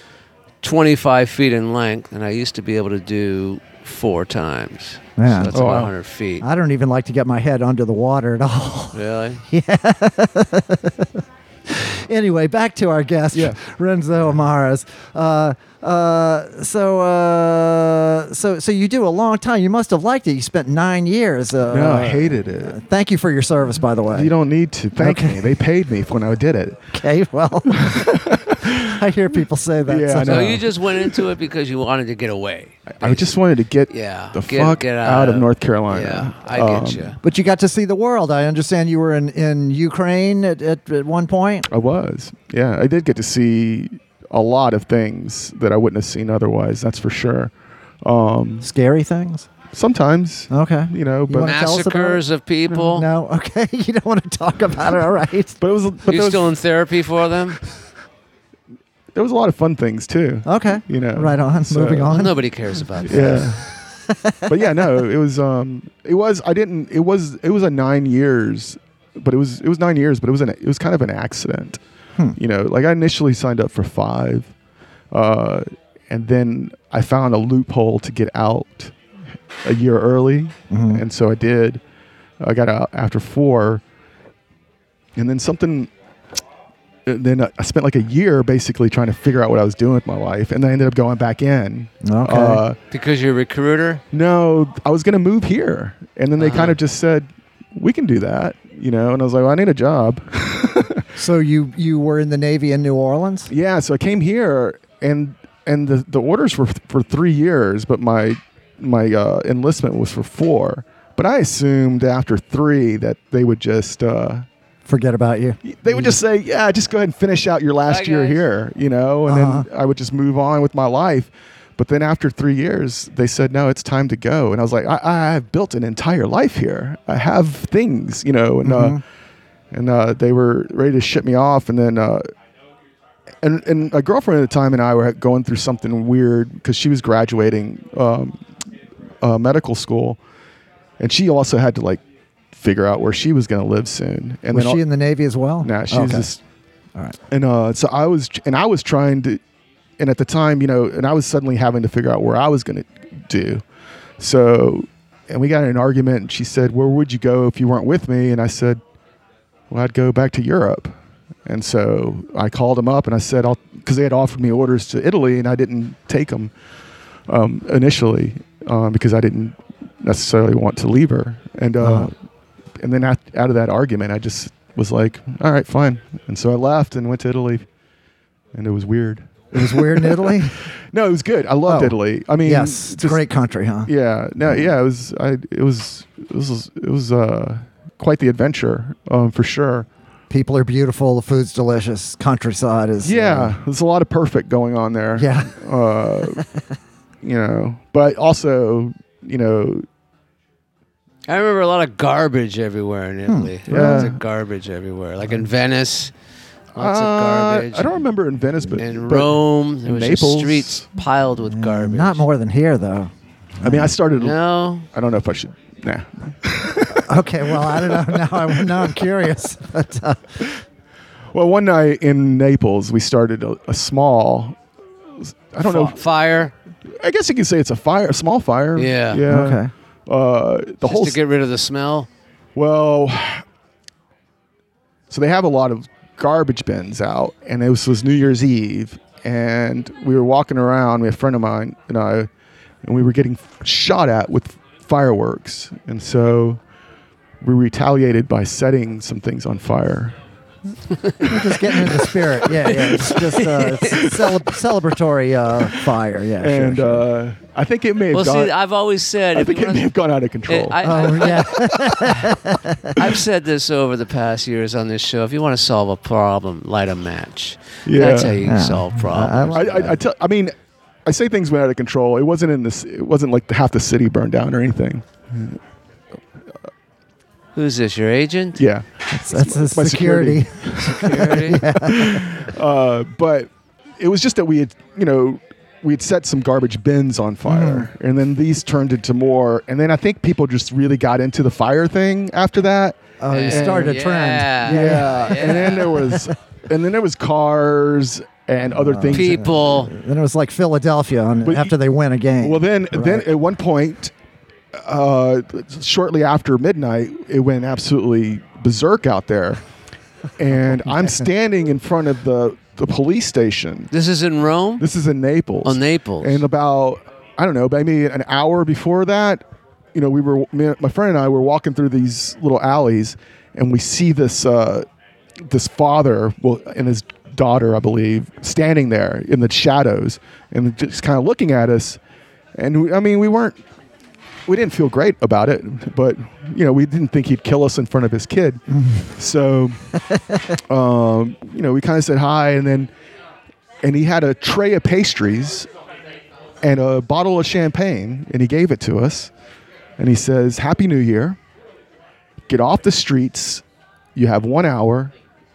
B: 25 feet in length, and I used to be able to do four times.
A: Yeah.
B: so that's
C: Oh,
B: about
C: wow.
B: 100 feet.
A: I don't even like to get my head under the water at all.
B: Really?
A: anyway, back to our guest,
C: Yeah.
A: Renzo Amaras. Uh, uh, so, uh, so, so you do a long time. You must have liked it. You spent nine years. Uh,
C: no, I hated it.
A: Thank you for your service, by the way.
C: You don't need to thank
A: Okay.
C: me. They paid me for when I did it.
A: okay, well, I hear people say that.
C: Yeah, I
A: sometimes.
B: So
C: No.
B: Oh, you just went into it because you wanted to get away.
C: Oh. I just wanted to get
B: Yeah,
C: the
B: get-
C: fuck
B: get
C: out,
B: out
C: of
B: of-
C: North Carolina.
B: Yeah, I get
C: Um,
B: you.
A: But you got to see the world. I understand you were in, in Ukraine at, at, at one point.
C: I was. Yeah, I did get to see a lot of things that I wouldn't have seen otherwise. That's for sure. Um,
A: Scary things.
C: sometimes,
A: Okay.
C: you know,
A: wanna
C: but
A: tell us about it?
B: Massacres
C: Mm-hmm.
B: of people.
A: No. Okay. You don't want to talk about it. All right.
C: but it was but there
B: you
C: was,
B: still in therapy for them?
C: there was a lot of fun things too.
A: Okay.
C: You know,
A: Right on.
C: so-
A: Moving on.
B: Nobody cares about that.
C: Yeah. but yeah, no, it was um it was I didn't it was it was a 9 years but it was it was 9 years but it was an it was kind of an accident.
A: Hmm.
C: You know, like I initially signed up for 5 uh and then I found a loophole to get out a year early
A: Mhm.
C: and so I did. I got out after 4 and then something and then I spent like a year basically trying to figure out what I was doing with my life and then I ended up going back in.
A: Okay.
C: Uh
B: Because you're a recruiter?
C: no, I was going to move here. And then they
B: Uh-huh.
C: kind of just said, we can do that, you know? And I was like, well, I need a job.
A: So you you were in the Navy in New Orleans?
C: yeah. So I came here and, and the, the orders were f- for three years, but my, my uh, enlistment was for four. But I assumed after three that they would just, uh,
A: Forget about you.
C: they would just say, yeah, just go ahead and finish out your last
B: Bye,
C: year
B: guys.
C: here, you know? And
A: Uh-huh.
C: then I would just move on with my life. But then after three years, they said, no, it's time to go. And I was like, I, I have built an entire life here. I have things, you know? And, uh,
A: Mhm.
C: and uh, they were ready to ship me off. And then, uh, and, and my girlfriend at the time and I were going through something weird because she was graduating um, uh, medical school. And she also had to like figure out where she was going to live soon. And
A: Was
C: then
A: she in the Navy as well?
C: no, she was
A: Okay.
C: just
A: All right.
C: and uh, so I was, and I was trying to, and at the time, you know, and I was suddenly having to figure out where I was going to do. So, and we got in an argument, and she said, "Where would you go if you weren't with me?" And I said, "Well, I'd go back to Europe." And so I called them up and I said, "I'll," because they had offered me orders to Italy, and I didn't take them um, initially um, because I didn't necessarily want to leave her. And uh,
A: Uh-huh.
C: and then out, out of that argument, I just was like, "All right, fine." And so I left and went to Italy, and it was weird.
A: It was weird in Italy.
C: No, it was good. I loved
A: Oh.
C: Italy. I mean,
A: yes, it's a
C: just-
A: great Mm-hmm. country, huh?
C: Yeah, no, yeah. It was. I. It was. It was. It was uh, quite the adventure, um, for sure.
A: People are beautiful. The food's delicious. Countryside is uh,
C: Yeah, there's a lot of perfect going on there.
A: yeah.
C: Uh, you know, but also, you know,
B: I remember a lot of garbage everywhere in Italy. Lots
C: Hmm, Yeah.
B: of garbage everywhere. Like in Venice, lots
C: uh,
B: of garbage.
C: I don't remember in Venice, but
B: In
C: but-
B: Rome, there
C: in
B: was
C: Naples.
B: just
C: Mm,
B: streets piled with garbage.
A: Not more than here, though.
C: I mean, I started.
B: No.
C: I don't know if I should. Nah.
A: Okay, well, I don't know. Now, I, now I'm curious. But, uh,
C: Well, one night in Naples, we started a, a small. I don't know.
B: F- fire.
C: I guess you could say it's a fire, a small fire.
B: Yeah.
C: Yeah.
A: okay.
C: Uh, the
B: Just
C: whole
B: to get rid of the smell.
C: Well, so they have a lot of garbage bins out, and it was, was New Year's Eve, and we were walking around. We had a friend of mine and I, and we were getting shot at with fireworks, and so we retaliated by setting some things on fire.
A: We're just getting into the spirit. Yeah, yeah. It's just uh, it's cele- celebratory uh, fire. Yeah. sure,
C: And
A: sure.
C: uh, I think it may have
B: Well,
C: gone.
B: see,
C: I,
B: I've always said. if
C: think
B: you
C: it may
B: wanna-
C: have gone out of control.
B: I, I-
A: oh, yeah.
B: I've said this over the past years on this show. If you want to solve a problem, light a match.
C: Yeah.
B: That's how you
A: Yeah.
B: solve
A: I
B: problems.
A: like-
C: I, I, I, tell, I mean, I say things went out of control. It wasn't in this. It wasn't like half the city burned down or anything.
B: Who's this? Your agent?
C: Yeah.
A: That's, that's the
C: my security.
A: security.
B: Security?
C: Uh, but it was just that we had, you know, we had set some garbage bins
B: Mm-hmm.
C: on fire, and then these turned into more. And then I think people just really got into the fire thing after that.
A: Oh, you
B: And-
A: started a
B: yeah.
A: trend.
C: and then there was, and then there was cars and other things.
B: People.
A: Then it was like Philadelphia on,
C: But
A: after
C: you-
A: they win a game.
C: Well, then, then
A: Right.
C: at one point, uh, shortly after midnight, it went absolutely berserk out there, and I'm standing in front of the the police station.
B: This is in Rome?
C: This is in Naples.
B: Oh, Naples.
C: And about I don't know, maybe an hour before that, you know, we were me, my friend and I were walking through these little alleys, and we see this uh, this father, well, and his daughter, I believe, standing there in the shadows and just kind of looking at us. And we, I mean, we weren't we didn't feel great about it, but you know, we didn't think he'd kill us in front of his kid. so, um, you know, we kind of said hi, and then, and he had a tray of pastries and a bottle of champagne, and he gave it to us, and he says, "Happy New Year. Get off the streets. You have one hour.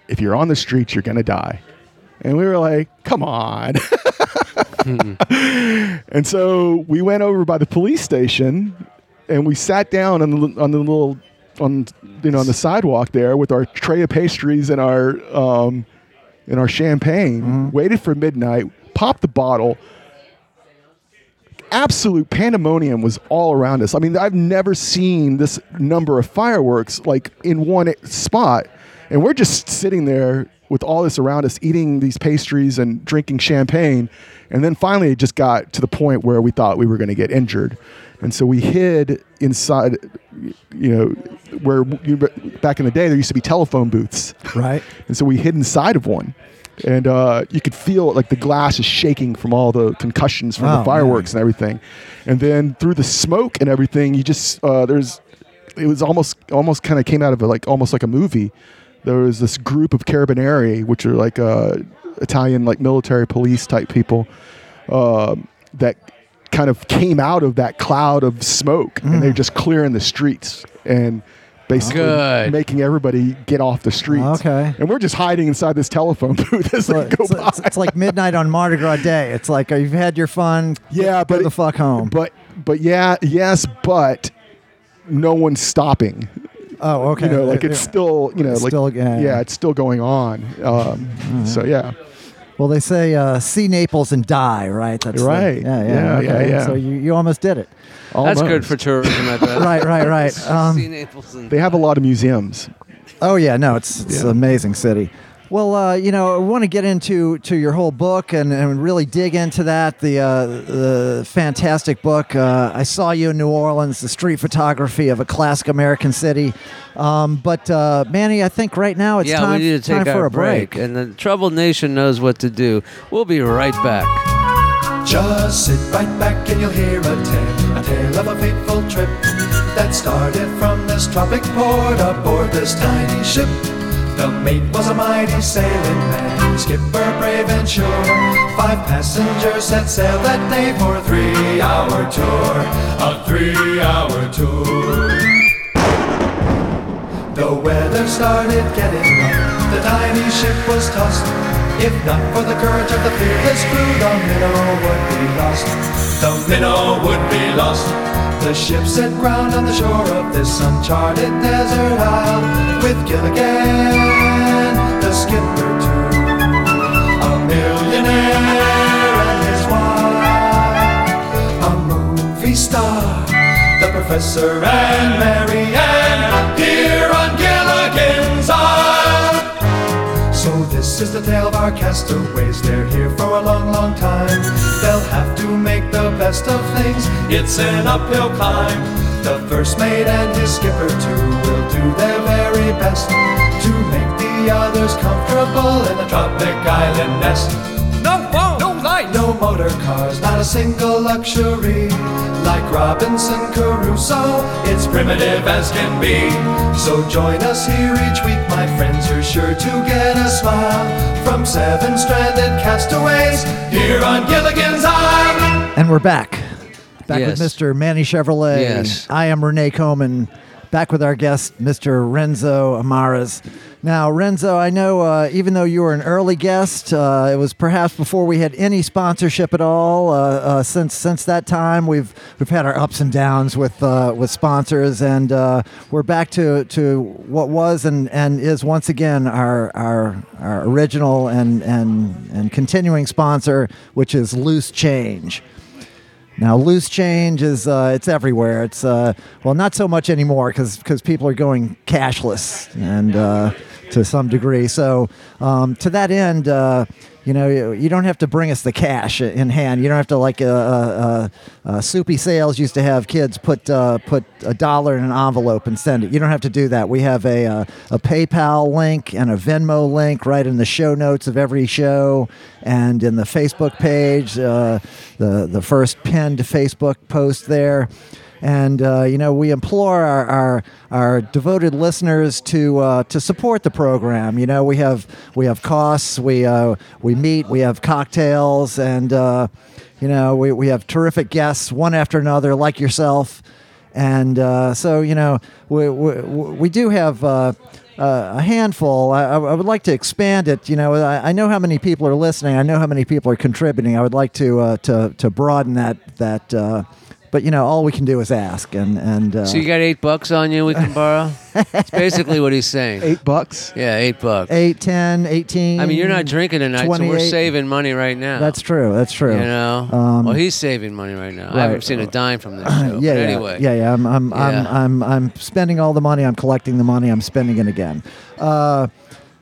C: If you're on the streets, you're gonna die." And we were like, "Come on." And so we went over by the police station, and we sat down on the on the little on you know on the sidewalk there with our tray of pastries and our um, and our champagne. Waited for midnight. Popped the bottle. Absolute pandemonium was all around us. I mean, I've never seen this number of fireworks like in one spot, and we're just sitting there with all this around us, eating these pastries and drinking champagne, and then finally it just got to the point where we thought we were going to get injured, and so we hid inside. You know, where you, back in the day there used to be telephone booths.
A: right.
C: And so we hid inside of one. And uh, you could feel like the glass is shaking from all the concussions from
A: Oh,
C: the
A: man.
C: fireworks and everything. And then through the smoke and everything, you just uh, there's it was almost almost kind of came out of a, like almost like a movie. There was this group of carabinieri, which are like uh, Italian like military police type people, um that kind of came out of that cloud of smoke, and
A: Mm.
C: they're just clearing the streets and basically
B: Good.
C: making everybody get off the streets.
A: Okay.
C: And we're just hiding inside this telephone booth as
A: So
C: they go
A: it's,
C: by.
A: it's, it's like midnight on Mardi Gras day. It's like uh, you've had your fun.
C: Yeah,
A: go
C: but-
A: the fuck home.
C: But but yeah, yes, but no one's stopping.
A: oh, okay.
C: You know, like it's still Mm-hmm. you know
A: It's
C: like
A: still- yeah.
C: it's still going on. Um, So yeah,
A: Well, they say uh, see Naples and die, right? That's the-
C: Right.
A: yeah, yeah,
C: Yeah,
A: okay.
C: yeah, yeah.
A: So you, you almost did it.
B: That's good
C: Almost.
B: for tourism, I bet.
A: Right, right, right.
B: See
A: Um,
B: Naples and-
C: They have a lot of museums.
A: oh yeah, no, it's it's
C: Yeah.
A: an amazing city. Well, uh, you know, I want to get into to your whole book and, and really dig into that. The uh, the fantastic book. Uh, I saw you in New Orleans, the street photography of a classic American city. Um, but uh, Manny, I think right now it's
B: yeah,
A: time,
B: we need to
A: time
B: take
A: for
B: our
A: a break.
B: And the troubled nation knows what to do. We'll be right back.
D: Just sit right back and you'll hear a tale, a tale of a fateful trip that started from this tropic port aboard this tiny ship. The mate was a mighty sailing man, skipper brave and sure. Five passengers set sail that day for a three-hour tour, a three-hour tour. The weather started getting rough. The tiny ship was tossed. If not for the courage of the fearless crew, the minnow would be lost. The minnow would be lost. The ship set ground on the shore of this uncharted desert isle with Gilligan, the skipper too, a millionaire and his wife, a movie star, the professor and Mary Ann here on Gilligan's Island. So this is the tale of our castaways. They're here for a long, long time. They'll have to make the best of things. It's an uphill climb. The first mate and his skipper too will do their very best to make the others comfortable in the tropic island nest. No phone, no light, no motor cars, not a single luxury. Like Robinson Crusoe, it's primitive as can be. So join us here each week, my friends. You're sure to get a smile from seven stranded castaways here on Gilligan's Island.
A: And we're back. Back
B: Yes.
A: with Mr. Manny Chevrolet.
B: Yes.
A: I am Renee Coman. Back with our guest, Mr. Renzo Amaras. Now, Renzo, I know uh, even though you were an early guest, uh, it was perhaps before we had any sponsorship at all. Uh, uh, since since that time, we've we've had our ups and downs with uh, with sponsors, and uh, we're back to, to what was and, and is once again our our, our original and, and and continuing sponsor, which is Loose Change. Now, loose change is uh, it's everywhere. It's uh, well, not so much anymore because people are going cashless and uh, to some degree. So um, to that end, uh, you know, you, you don't have to bring us the cash in hand. You don't have to like uh, uh, uh, uh, Soupy Sales used to have kids put uh, put a dollar in an envelope and send it. You don't have to do that. We have a uh, a PayPal link and a Venmo link right in the show notes of every show and in the Facebook page. Uh, the the first pinned Facebook post there. And uh, you know we implore our, our our devoted listeners to uh, to support the program. You know we have we have costs, we uh, we meet, we have cocktails, and uh, you know we, we have terrific guests one after another, like yourself. And uh, so you know we we, we do have. Uh, uh, a handful. I, I I would like to expand it. You know, I, I know how many people are listening. I know how many people are contributing. I would like to uh, to to broaden that that. Uh, but you know, all we can do is ask, and and uh,
B: So you got eight bucks on you we can borrow? That's basically what he's saying.
C: Eight bucks.
B: Yeah, eight bucks.
A: eight, ten, eighteen.
B: I mean, you're not drinking tonight, so we're
A: 28.
B: saving money right now.
A: That's true. That's true.
B: You know?
A: Um,
B: well, he's saving money right now. I
A: right.
B: haven't seen a dime from this show.
A: Uh, yeah,
B: but
A: yeah,
B: anyway.
A: yeah, yeah. I'm, I'm, I'm,
B: Yeah.
A: I'm, I'm spending all the money. I'm collecting the money. I'm spending it again. Uh,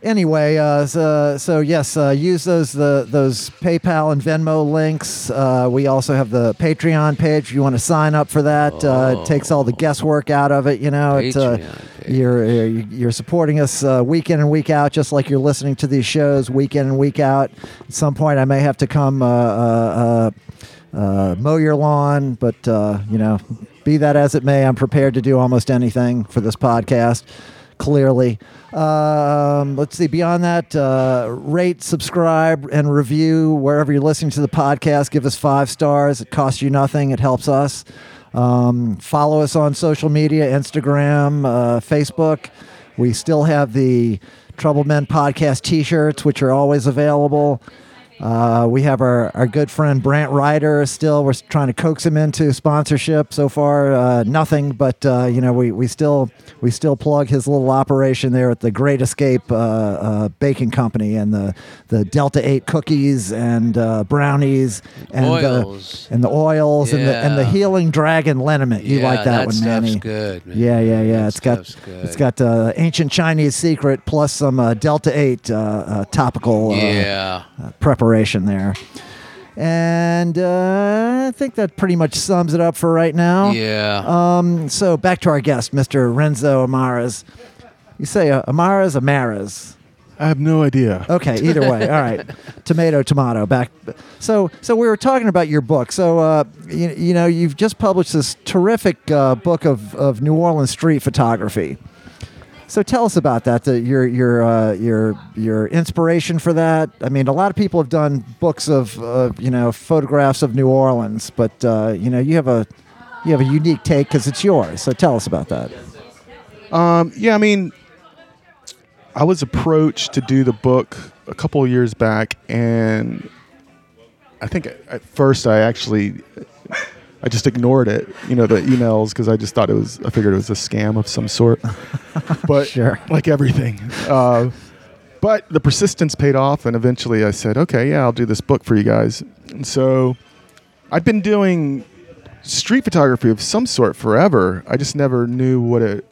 A: anyway, uh, so, so yes, uh, use those the those PayPal and Venmo links. Uh, we also have the Patreon page. If you want to sign up for that, uh, it takes
B: Oh.
A: all the guesswork out of it. You know, it's uh,
B: Patreon page.
A: you're you're you're supporting us uh, week in and week out, just like you're listening to these shows week in and week out. At some point, I may have to come uh, uh, uh, uh, mow your lawn, but uh, you know, be that as it may, I'm prepared to do almost anything for this podcast. Clearly, um, let's see. Beyond that, uh, rate, subscribe, and review wherever you're listening to the podcast. Give us five stars. It costs you nothing. It helps us. Um, follow us on social media Instagram, uh, Facebook. We still have the Trouble Men podcast t shirts, which are always available. Uh, we have our, our good friend Brant Ryder still. We're trying to coax him into sponsorship. So far, uh, nothing. But uh, you know, we, we still we still plug his little operation there at the Great Escape uh, uh, Baking Company and the, the Delta Eight cookies and uh, brownies and
B: Oils.
A: the and the oils and the and the
B: Yeah.
A: Healing Dragon liniment. You
B: Yeah,
A: like that,
B: that
A: one,
B: stuff's
A: Manny?
B: good, man.
A: Yeah, yeah, yeah.
B: That
A: it's got
B: stuff's good.
A: it's got uh, ancient Chinese secret plus some uh, Delta Eight uh, uh, topical. Uh,
B: yeah.
A: preparation there. And uh, I think that pretty much sums it up for right now.
B: yeah.
A: Um, so back to our guest, Mr. Renzo Amaras. You say uh, Amaras, Amaras.
C: I have no idea.
A: Okay, either way. All right. Tomato, tomato. Back. So, so we were talking about your book. So, uh, you, you know, you've just published this terrific uh, book of, of New Orleans street photography. So, tell us about that. The, your your uh, your your inspiration for that. I mean, a lot of people have done books of uh, you know photographs of New Orleans, but uh, you know, you have a you have a unique take because it's yours. So, tell us about that.
C: Um, yeah, I mean, I was approached to do the book a couple of years back, and I think at- at first I actually I just ignored it, you know, the emails because I just thought it was I figured it was a scam of some sort. But
A: Sure.
C: like everything, uh, but the persistence paid off, and eventually I said, okay, yeah, I'll do this book for you guys. And so I'd been doing street photography of some sort forever. I just never knew what it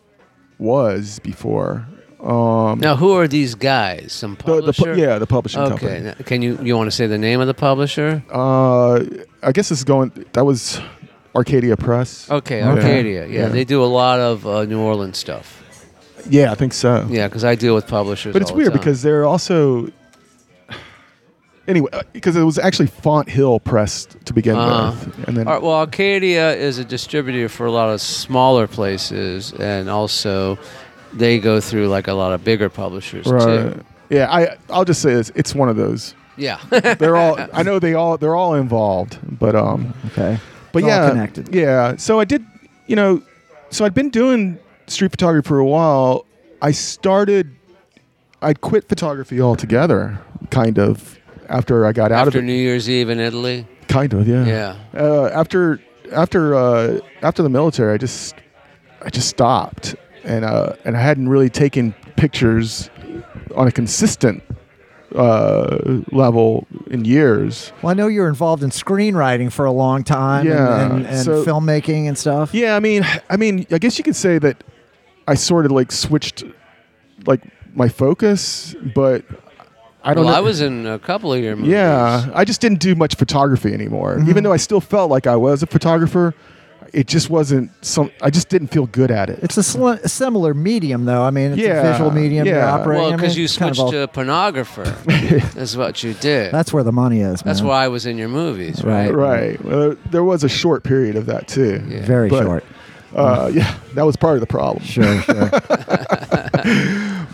C: was before. Um,
B: now, who are these guys? Some
C: the, the,
B: publisher?
C: pu- yeah, the publishing
B: Okay.
C: company.
B: now, Can you you want to say the name of the publisher?
C: Uh, I guess it's going. That was Arcadia Press.
B: Okay,
C: Yeah.
B: Arcadia. Yeah,
C: Yeah.
B: they do a lot of uh, New Orleans stuff.
C: Yeah, I think so.
B: Yeah, because I deal with publishers.
C: but it's
B: all the
C: weird
B: time.
C: because they're also. Anyway, uh, because it was actually Font Hill Press to begin
B: Uh-huh.
C: with, and then
B: All right, well, Arcadia is a distributor for a lot of smaller places, and also they go through like a lot of bigger publishers
C: right.
B: too.
C: Yeah, I I'll just say this. It's one of those.
B: Yeah.
C: They're all. I know they all. They're all involved. But um,
A: Okay. It's
C: but
A: all
C: yeah,
A: connected.
C: Yeah. So I did, you know, so I'd been doing street photography for a while. I started, I'd quit photography altogether, kind of, after I got out
B: After
C: of it.
B: New Year's Eve in Italy.
C: Kind of, yeah.
B: Yeah.
C: Uh, after, after, uh, after the military, I just, I just stopped, and uh, and I hadn't really taken pictures on a consistent uh, level in years.
A: Well, I know you were involved in screenwriting for a long time
C: Yeah,
A: and, and, and
C: so-
A: filmmaking and stuff.
C: Yeah, I mean, I mean, I guess you could say that I sort of like switched, like my focus, but I don't
B: well,
C: know.
B: I was in a couple of your movies.
C: yeah, I just didn't do much photography anymore.
B: Mm-hmm.
C: Even though I still felt like I was a photographer, it just wasn't some. I just didn't feel good at it.
A: It's a sli- similar medium, though. I mean, it's a
C: Yeah,
A: visual medium you're
C: yeah.
A: operating.
B: Well,
A: I mean,
B: because you
A: it's kind of
B: switched
A: all-
B: to a pornographer. That's what you did.
A: That's where the money is.
B: That's
A: man.
B: why I was in your movies, right?
C: right. Well, there was a short period of that too.
B: Yeah.
A: Very
C: But-
A: short.
C: Uh, yeah, that was part of the problem.
A: Sure, sure.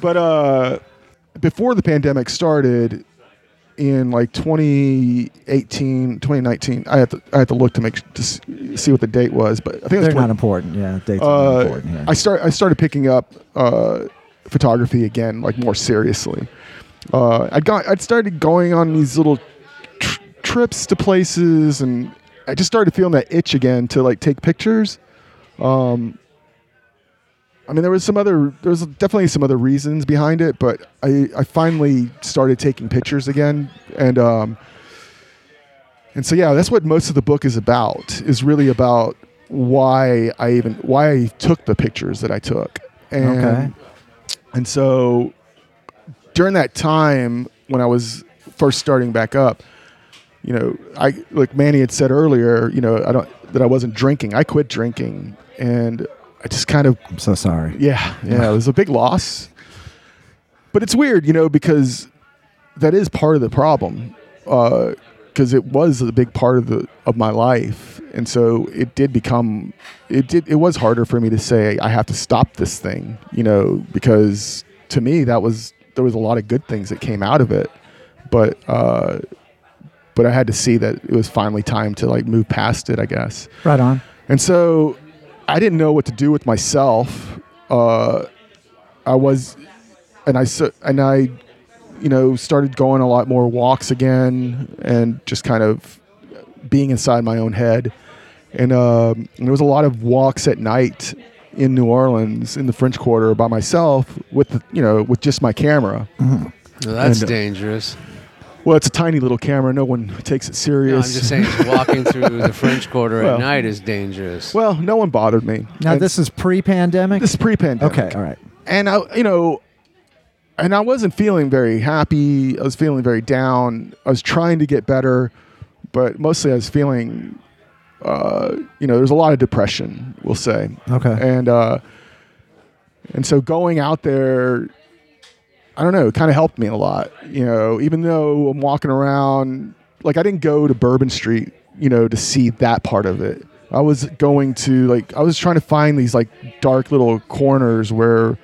C: But uh, before the pandemic started in like 2018, 2019, I had to, I had to look to make to s- see what the date was, but I think it was
A: They're
C: 20
A: not important. Yeah, dates are not
C: uh,
A: important. Yeah.
C: I start I started picking up uh, photography again, like more seriously. Uh, I got I'd started going on these little tr- trips to places, and I just started feeling that itch again to like take pictures. Um, I mean, there was some other there was definitely some other reasons behind it, but I I finally started taking pictures again, and um, and so yeah, that's what most of the book is about. Is really about why I even why I took the pictures that I took. And
A: Okay.
C: and so during that time when I was first starting back up, you know, I like Manny had said earlier, you know, I don't that I wasn't drinking. I quit drinking and I just kind of
A: I'm so sorry.
C: yeah, yeah, it was a big loss. But it's weird, you know, because that is part of the problem, because it was a big part of the of my life, and so it did become, it did, it was harder for me to say I have to stop this thing, you know, because to me that was there was a lot of good things that came out of it, but uh, but I had to see that it was finally time to like move past it, I guess.
A: Right on.
C: And so I didn't know what to do with myself. Uh, I was, and I, so, and I you know, started going a lot more walks again and just kind of being inside my own head. And, um, and there was a lot of walks at night in New Orleans in the French Quarter by myself with, you know, with just my camera.
B: Well, that's
C: And, uh,
B: dangerous.
C: Well, it's a tiny little camera. No one takes it serious.
B: No, I'm just saying, just walking through the French Quarter
C: Well-
B: at night is dangerous.
C: well, no one bothered me.
A: Now
C: And
A: this is pre-pandemic.
C: this is pre-pandemic.
A: okay, all right.
C: and I, you know, and I wasn't feeling very happy. I was feeling very down. I was trying to get better, but mostly I was feeling, uh, you know, there's a lot of depression, we'll say.
A: Okay.
C: And uh, and so going out there, I don't know, it kind of helped me a lot. You know, even though I'm walking around, like I didn't go to Bourbon Street, you know, to see that part of it. I was going to like I was trying to find these like dark little corners where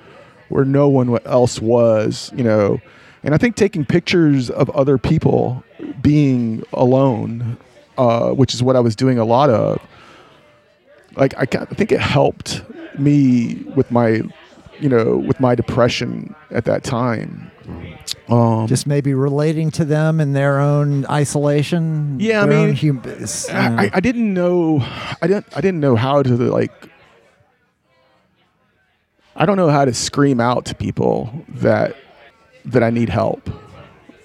C: where no one else was, you know. And I think taking pictures of other people being alone, uh, which is what I was doing a lot of, like I, ca- I think it helped me with my, you know, with my depression at that time. Um,
A: Just maybe relating to them in their own isolation.
C: Yeah, I
A: their
C: mean,
A: own hum- s- you know.
C: I, I- I didn't know I didn't I didn't know how to like I don't know how to scream out to people that that I need help,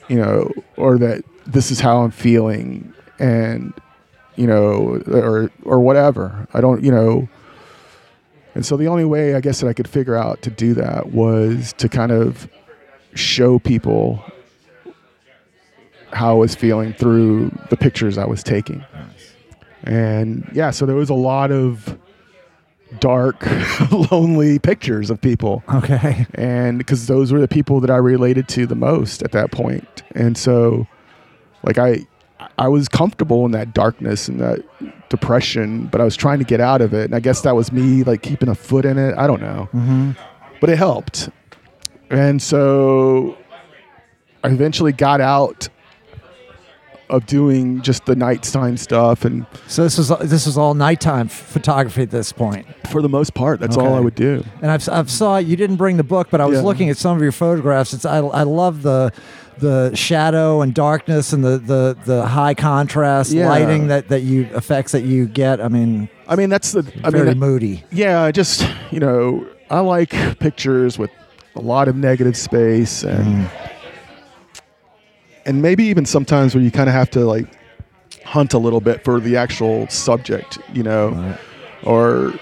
C: you know, or that this is how I'm feeling and you know or or whatever. I don't, you know. And so the only way I guess that I could figure out to do that was to kind of show people how I was feeling through the pictures I was taking. And yeah, so there was a lot of dark, lonely pictures of people.
A: uh, okay.
C: And because those were the people that I related to the most at that point. And so, like, I. I was comfortable in that darkness and that depression, but I was trying to get out of it. And I guess that was me like keeping a foot in it. I don't know
A: hmm
C: but it helped. And so I eventually got out of doing just the nighttime stuff and
A: So this was this was all nighttime f- photography at this point.
C: for the most part that's all
A: Okay.
C: I would do.
A: and I've, I've saw you didn't bring the book, but I was
C: Yeah.
A: looking at some of your photographs. It's I, I love the the shadow and darkness and the the, the high contrast
C: Yeah.
A: lighting that that you effects that you get. I mean,
C: I mean that's the I
A: very
C: mean
A: moody.
C: yeah, I just you know, I like pictures with a lot of negative space
A: Mm.
C: and and maybe even sometimes where you kind of have to like hunt a little bit for the actual subject, you know, or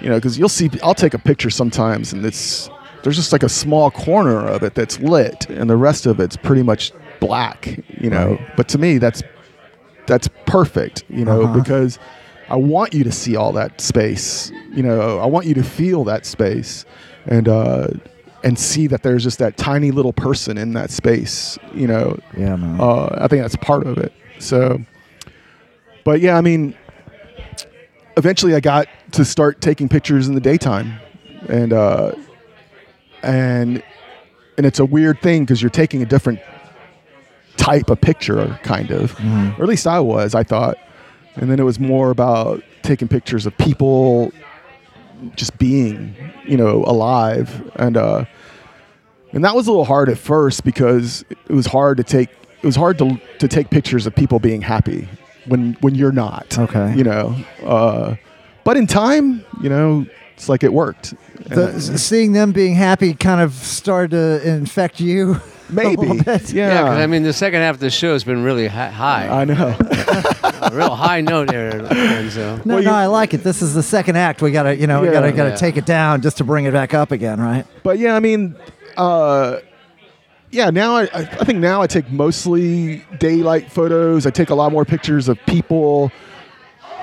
C: you know, because you'll see. I'll take a picture sometimes, and it's there's just like a small corner of it that's lit, and the rest of it's pretty much black, you know. But to me, that's that's perfect, you know,
A: Uh-huh.
C: because I want you to see all that space, you know. I want you to feel that space, and uh, and see that there's just that tiny little person in that space, you know.
A: Yeah, man.
C: Uh, I think that's part of it. So, but yeah, I mean, eventually I got to start taking pictures in the daytime, and uh, and and it's a weird thing because you're taking a different type of picture, kind of,
A: Mm-hmm.
C: or at least I was. I thought, and then it was more about taking pictures of people, just being, you know, alive, and uh, and that was a little hard at first because it was hard to take it was hard to to take pictures of people being happy when when you're not.
A: Okay.
C: you know, uh, but in time, you know, it's like it worked.
A: The-
C: And-
A: s- seeing them being happy kind of started to infect you.
C: maybe,
A: little bit.
C: yeah.
B: yeah, 'cause, I mean, the second half of the show has been really hi- high,
C: I know.
B: a real high note there, Enzo.
A: No,
C: Well,
A: no,
C: you-
A: I like it. This is the second act. We gotta, you know, we
C: Yeah.
A: gotta gotta
B: Yeah.
A: take it down just to bring it back up again, right?
C: But yeah, I mean, uh, yeah. Now I, I I think now I take mostly daylight photos. I take a lot more pictures of people.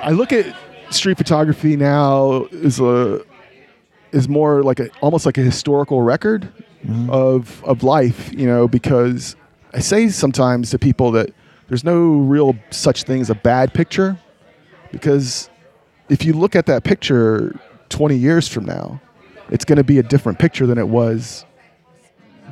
C: I look at street photography now is a is more like a almost like a historical record of of life, you know, because I say sometimes to people that there's no real such thing as a bad picture because if you look at that picture 20 years from now, it's going to be a different picture than it was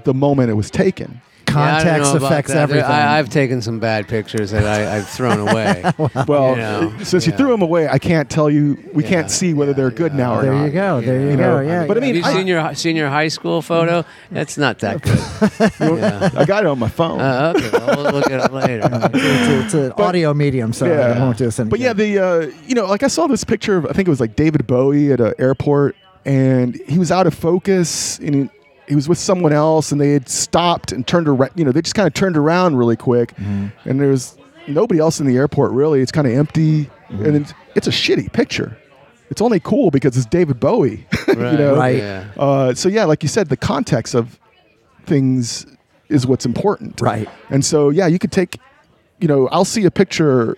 C: the moment it was taken.
B: Yeah, I don't
A: Context
B: know about
A: affects
B: that. There-
A: everything.
B: I, I've taken some bad pictures that I, I've thrown away.
C: Well,
B: You know,
C: since
B: yeah.
C: you threw them away, I can't tell you. We can't see whether they're good now or
A: there
C: not.
A: you go. There you,
C: You
A: go.
C: know,
A: yeah.
C: but I
A: yeah.
C: mean,
B: Have you seen your hi- senior high school photo? That's not that good. yeah.
C: I got it on my phone.
B: Uh, okay, well, we'll look at it later.
A: it's, it's an audio medium, so it won't do us any
C: But yeah,
A: good.
C: the uh, you know, like I saw this picture of I think it was like David Bowie at an airport, and he was out of focus, and he was with someone else, and they had stopped and turned around. You know, they just kind of turned around really quick, and there was nobody else in the airport really. It's kind of empty, and it's, it's a shitty picture. It's only cool because it's David Bowie.
B: Right.
C: know,
A: Right.
B: Yeah.
C: Uh, so yeah, like you said, the context of things is what's important.
A: Right.
C: And so yeah, you could take, you know, I'll see a picture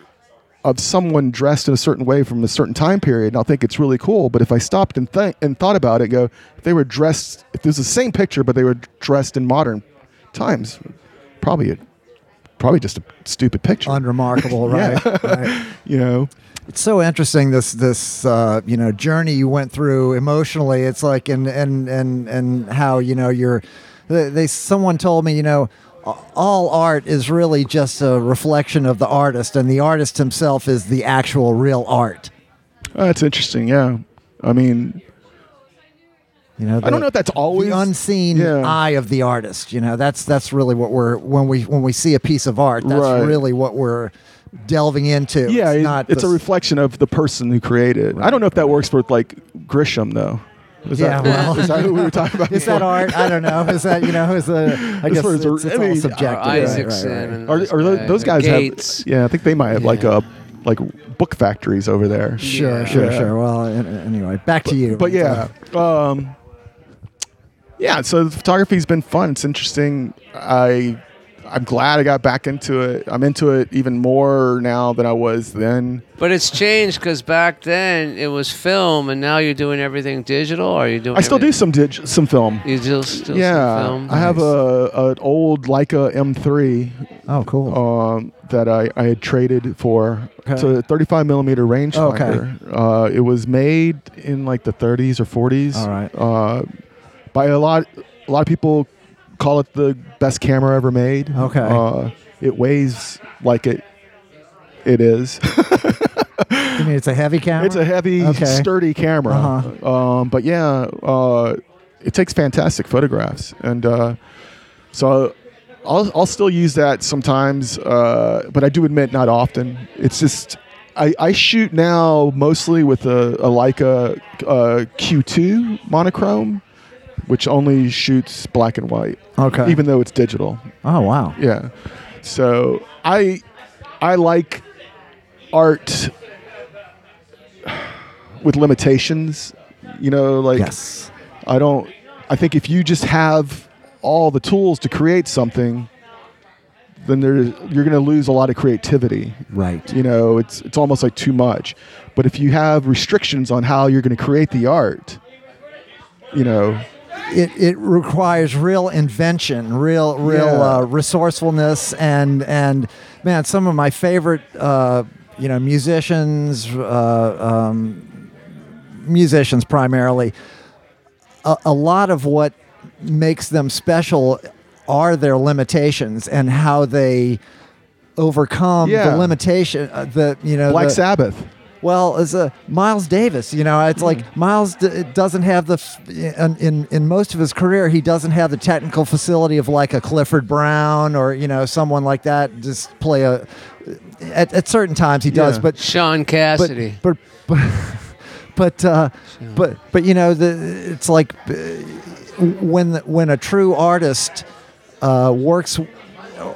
C: of someone dressed in a certain way from a certain time period, and I'll think it's really cool. But if I stopped and th- and thought about it, and go, if they were dressed, if it was the same picture, but they were dressed in modern times, probably a, probably just a stupid picture.
A: unremarkable, right? right?
C: you know,
A: It's so interesting this this uh, you know journey you went through emotionally. It's like and and and and how you know you're. They, they someone told me you know a- all art is really just a reflection of the artist, and the artist himself is the actual real art.
C: Uh, that's interesting. Yeah, I mean,
A: You know,
C: I don't
A: the-
C: know if that's always
A: the unseen
C: Yeah.
A: eye of the artist. You know, that's that's really what we're when we when we see a piece of art. That's
C: Right.
A: really what we're delving into.
C: Yeah,
A: it's
C: it-
A: not.
C: it's
A: the-
C: a reflection of the person who created. it. I don't know if that works for like Grisham though. Is
A: Yeah,
C: that,
A: well-
C: is that who we were talking about?
A: is that art? I don't know. Is that you know? Is the I guess
C: sort of-
A: it's, it's,
C: I mean,
A: all
C: our
A: subjective.
B: Or
A: right, right,
B: Isaacson.
A: right.
B: and
C: Or, or tho-
B: guy-
C: those guys
B: uh, Gates.
C: have? Yeah, I think they might have like
B: Yeah.
C: a like book factories over there.
A: Sure,
B: Yeah.
A: sure,
C: Yeah.
A: sure. Well, an- anyway, back to you.
C: But yeah, um, yeah. So photography's been fun. It's interesting. I I'm glad I got back into it. I'm into it even more now than I was then.
B: But it's changed because back then it was film, and now you're doing everything digital. Or are you doing?
C: I still do
B: everything-
C: some dig- some film.
B: You still, still
C: yeah,
B: some film?
C: I have a an old Leica M3
A: Oh, cool.
C: um, that I, I had traded for
A: Okay. Oh,
C: to 35 millimeter rangefinder. Uh, it was made in like the 30s or 40s.
A: All right.
C: Uh, by a lot, a lot of people call it the best camera ever made.
A: Okay.
C: Uh, it weighs like it. It is.
A: I mean, it's a heavy camera.
C: it's a heavy,
A: Okay.
C: sturdy camera.
A: Uh-huh.
C: Um, but yeah, uh, it takes fantastic photographs, and uh, so I'll, I'll still use that sometimes. Uh, but I do admit, not often. It's just I, I shoot now mostly with a, a Leica uh, Q2 monochrome, which only shoots black and white,
A: okay.
C: even though it's digital.
A: oh wow.
C: Yeah. So I I like art with limitations. You know, like
A: Yes.
C: I don't I think if you just have all the tools to create something, then there you're gonna lose a lot of creativity.
A: Right.
C: You know, it's it's almost like too much. But if you have restrictions on how you're gonna create the art, you know,
A: it, it requires real invention, real real
C: Yeah.
A: uh, resourcefulness, and and man, some of my favorite uh, you know musicians, uh, um, musicians primarily. A, a lot of what makes them special are their limitations and how they overcome
C: Yeah.
A: the limitation. Uh, the you know
C: Black
A: the-
C: Sabbath.
A: well, as a Miles Davis, you know, it's like Miles d- doesn't have the f- in, in in most of his career, he doesn't have the technical facility of like a Clifford Brown or you know someone like that. Just play a at, at certain times he does,
C: Yeah.
A: but
B: Sean
A: but
B: Cassidy.
A: but but but, uh, but but you know the it's like uh, when the, when a true artist uh, works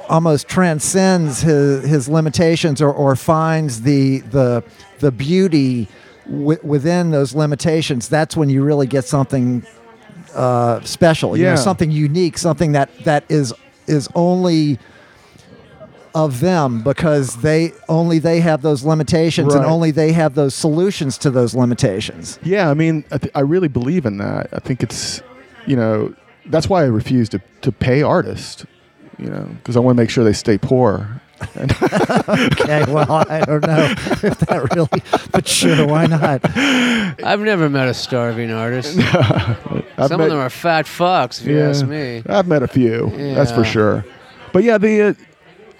A: almost transcends his his limitations or, or finds the the the beauty wi within those limitations that's when you really get something uh, special you know,
C: Yeah.
A: something unique something that that is is only of them because they only they have those limitations and
C: Right.
A: only they have those solutions to those limitations.
C: Yeah, I mean, I, th- I really believe in that. I think it's, you know, that's why I refuse to, to pay artists, you know, because I want to make sure they stay poor. And
A: Okay, well, I don't know if that really, but sure, why not?
B: I've never met a starving artist.
C: I've
B: Some
C: met,
B: of them are fat fucks, if you ask me.
C: I've met a few, that's for
B: Yeah.
C: sure. But yeah, the uh,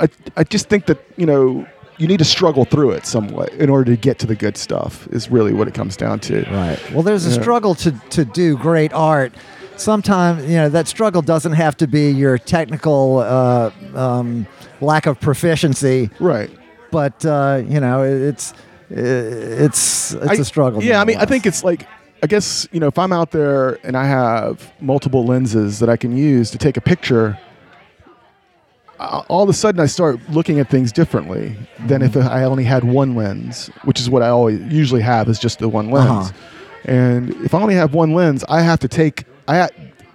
C: I I just think that you know you need to struggle through it somewhat in order to get to the good stuff is really what it comes down to.
A: Right. Well, there's a struggle to, to do great art. Sometimes, you know, that struggle doesn't have to be your technical uh, um, lack of proficiency,
C: Right.
A: but, uh, you know, it- it's it's it's
C: I-
A: a struggle.
C: Yeah, I mean, I
A: nonetheless.
C: think it's like I guess you know if I'm out there and I have multiple lenses that I can use to take a picture, a- uh, all of a sudden I start looking at things differently than if I only had one lens, which is what I always usually have is just the one lens.
A: Uh-huh.
C: And if I only have one lens, I have to take I ha-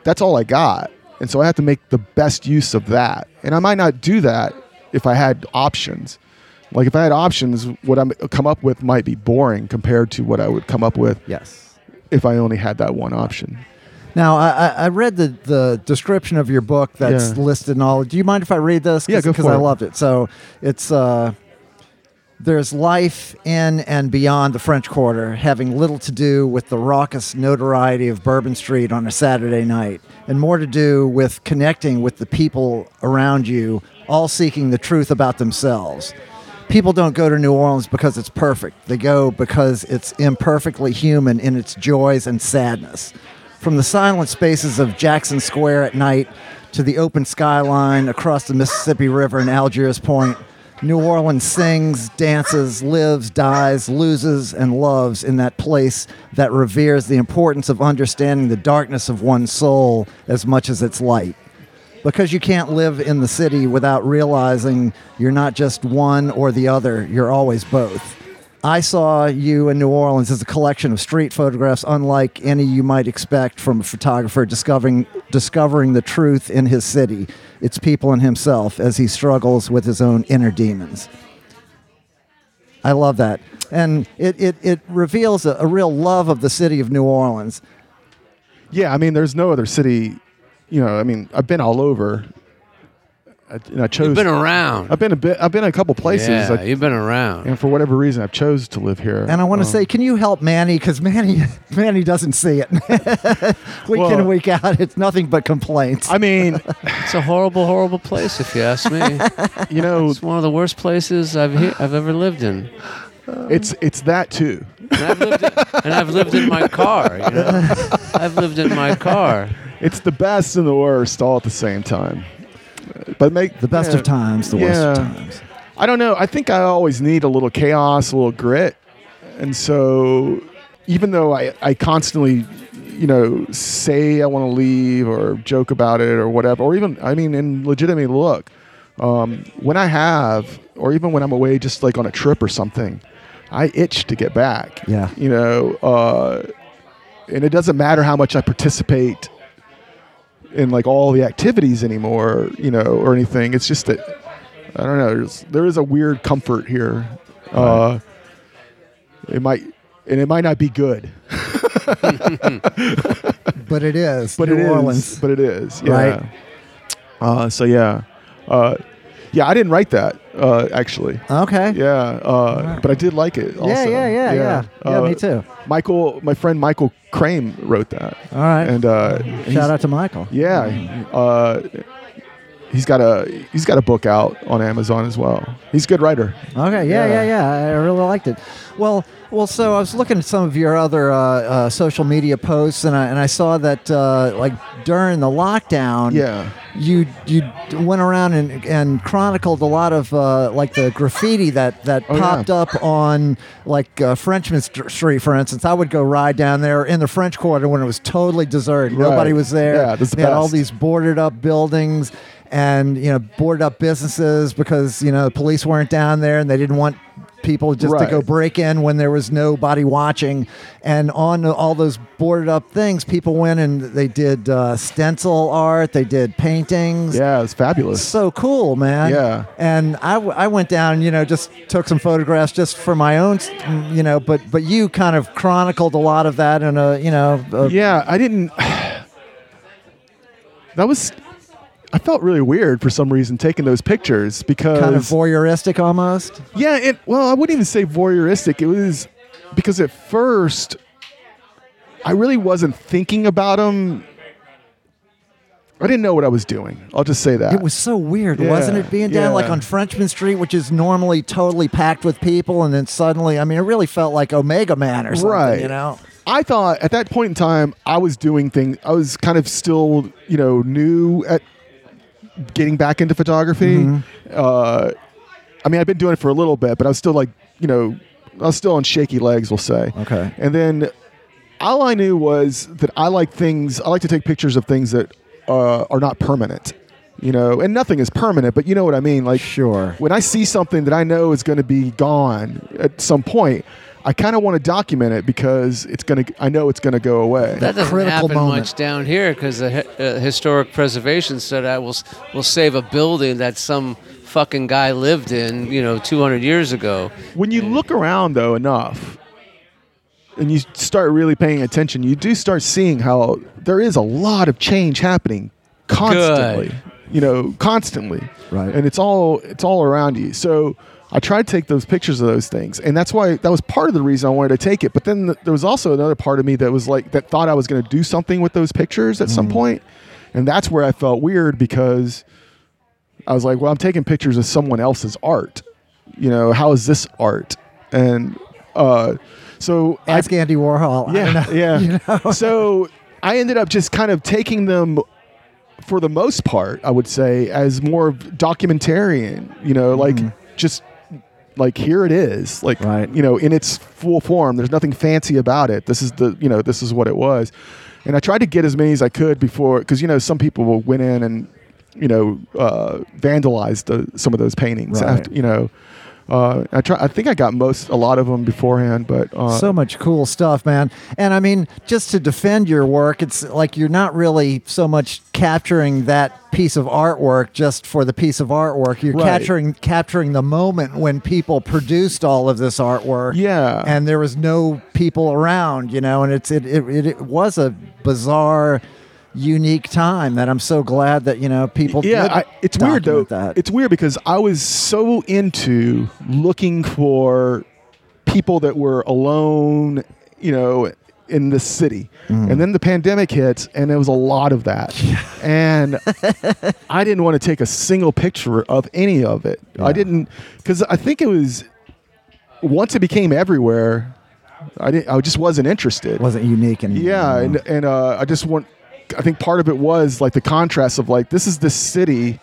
C: that's all I got, and so I have to make the best use of that. And I might not do that if I had options. Like if I had options, what I come up with might be boring compared to what I would come up with
A: Yes.
C: if I only had that one option.
A: Now, I, I- I read the, the description of your book that's
C: Yeah.
A: listed and all. Do you mind if I read this?
C: Yeah, go
A: Because
C: for
A: I
C: it.
A: loved it. So it's uh, there's life in and beyond the French Quarter, having little to do with the raucous notoriety of Bourbon Street on a Saturday night, and more to do with connecting with the people around you, all seeking the truth about themselves. People don't go to New Orleans because it's perfect. They go because it's imperfectly human in its joys and sadness. From the silent spaces of Jackson Square at night to the open skyline across the Mississippi River and Algiers Point, New Orleans sings, dances, lives, dies, loses, and loves in that place that reveres the importance of understanding the darkness of one's soul as much as its light. Because you can't live in the city without realizing you're not just one or the other, you're always both. I saw you in New Orleans as a collection of street photographs unlike any you might expect from a photographer discovering discovering the truth in his city, its people and himself as he struggles with his own inner demons. I love that. And it, it, it reveals a, a real love of the city of New Orleans.
C: Yeah, I mean, there's no other city, you know. I mean, I've been all over. I, and I chose.
B: You've been around.
C: I've been a bit. I've been a couple places,
B: yeah,
C: like,
B: you've been around.
C: and for whatever reason, I've chose to live here.
A: And I want to
C: Um,
A: say, can you help Manny? Because Manny, Manny doesn't see it. week in
C: Well-
A: and week out, it's nothing but complaints.
C: I mean,
B: It's a horrible, horrible place, if you ask me.
C: you know,
B: It's one of the worst places I've he- I've ever lived in.
C: it's it's that too.
B: And I've lived in, and I've lived in my car. You know, I've lived in my car.
C: It's the best and the worst all at the same time. But make
A: the best
C: yeah.
A: of times, the worst of
C: Yeah.
A: times.
C: I don't know. I think I always need a little chaos, a little grit. And so even though I, I constantly, you know, say I want to leave or joke about it or whatever, or even, I mean, in legitimately look, um, when I have, or even when I'm away just like on a trip or something, I itch to get back.
A: Yeah.
C: You know, uh, and it doesn't matter how much I participate in like all the activities anymore, you know, or anything. It's just that I don't know. There's, there is a weird comfort here. Uh, it might, and it might not be good,
A: But it is.
C: but
A: New
C: it is.
A: Orleans.
C: But it is, yeah.
A: Right.
C: Uh, so yeah, uh, yeah. I didn't write that uh, actually.
A: okay.
C: Yeah, uh, but I did like it. Also.
A: yeah, yeah, yeah, yeah. Yeah,
C: Uh,
A: me too.
C: Michael, my friend Michael Crane wrote that,
A: All right.
C: and uh,
A: Shout out to Michael.
C: Yeah, uh, he's got a he's got a book out on Amazon as well. He's a good writer.
A: Okay. Yeah, yeah,
C: Yeah.
A: yeah. I really liked it. Well, well. So I was looking at some of your other uh, uh, social media posts, and I and I saw that uh, like during the lockdown.
C: Yeah.
A: You you went around and, and chronicled a lot of uh, like the graffiti that that
C: Oh, yeah.
A: popped up on like uh, Frenchman St- Street, for instance. I would go ride down there in the French Quarter when it was totally deserted. Nobody
C: Right.
A: was there.
C: Yeah, that's the
A: they had all
C: best.
A: these boarded up buildings and you know boarded up businesses because you know the police weren't down there and they didn't want people just to
C: Right.
A: go break in when there was nobody watching and on all those boarded up things people went and they did uh, stencil art they did paintings
C: Yeah, it's fabulous.
A: so cool, man.
C: Yeah.
A: And I, w- I went down, you know, just took some photographs just for my own, s- you know, but but you kind of chronicled a lot of that in a, you know, a,
C: Yeah, I didn't. That was. I felt really weird for some reason taking those pictures because
A: kind of voyeuristic almost.
C: yeah, it well, I wouldn't even say voyeuristic. It was because at first I really wasn't thinking about them I didn't know what I was doing. I'll just say that.
A: It was so weird,
C: Yeah,
A: wasn't it? Being down like
C: yeah.
A: on Frenchman Street, which is normally totally packed with people, and then suddenly, I mean, it really felt like Omega Man or something,
C: right.
A: you know?
C: I thought at that point in time I was doing things. I was kind of still, you know, new at getting back into photography.
A: Mm-hmm.
C: Uh, I mean, I've been doing it for a little bit, but I was still like, you know, I was still on shaky legs, we'll say.
A: Okay.
C: And then all I knew was that I like things. I like to take pictures of things that uh, are not permanent. You know, and nothing is permanent, but you know what I mean. Like,
A: Sure.
C: when I see something that I know is going to be gone at some point, I kind of want to document it because it's going to. I know it's going to go away.
B: That doesn't
A: critical
B: happen
A: moment.
B: much down here because the hi- uh, historic preservation said that will s- will save a building that some fucking guy lived in, you know, 200 years ago.
C: when you look around though enough, and you start really paying attention, you do start seeing how there is a lot of change happening constantly.
B: Good.
C: You know, constantly.
A: Right.
C: And it's all it's all around you. So. I tried to take those pictures of those things, and that's why that was part of the reason I wanted to take it. But then th- there was also another part of me that was like that thought I was going to do something with those pictures at some point, and that's where I felt weird because I was like, well, I'm taking pictures of someone else's art. You know, how is this art? And uh, so I,
A: Ask Andy Warhol. I don't know.
C: yeah, yeah. so I ended up just kind of taking them for the most part, I would say, as more of documentarian, you know, like just like here it is, like
A: Mm. Right.
C: you know, in its full form. There's nothing fancy about it. This is the, you know, this is what it was. And I tried to get as many as I could before, because you know, some people will went in and you know uh, vandalized the, some of those paintings.
A: Right.
C: After, you know, uh, I try. I think I got most a lot of them beforehand, but uh,
A: so much cool stuff, man. And I mean, just to defend your work, it's like you're not really so much capturing that piece of artwork just for the piece of artwork. You're
C: Right.
A: capturing capturing the moment when people produced all of this artwork.
C: Yeah.
A: And there was no people around, you know, and it's it it, it, it was a bizarre unique time that I'm so glad that, you know, people did
C: yeah I, it's weird though
A: document That.
C: it's weird because i was so into looking for people that were alone you know in the city
A: Mm.
C: and then the pandemic hits and there was a lot of that and i didn't want to take a single picture of any of it i didn't because i think it was once it became everywhere i didn't i just wasn't interested
A: wasn't unique and
C: yeah, and and uh, I just want. I think part of it was like the contrast of like this is this city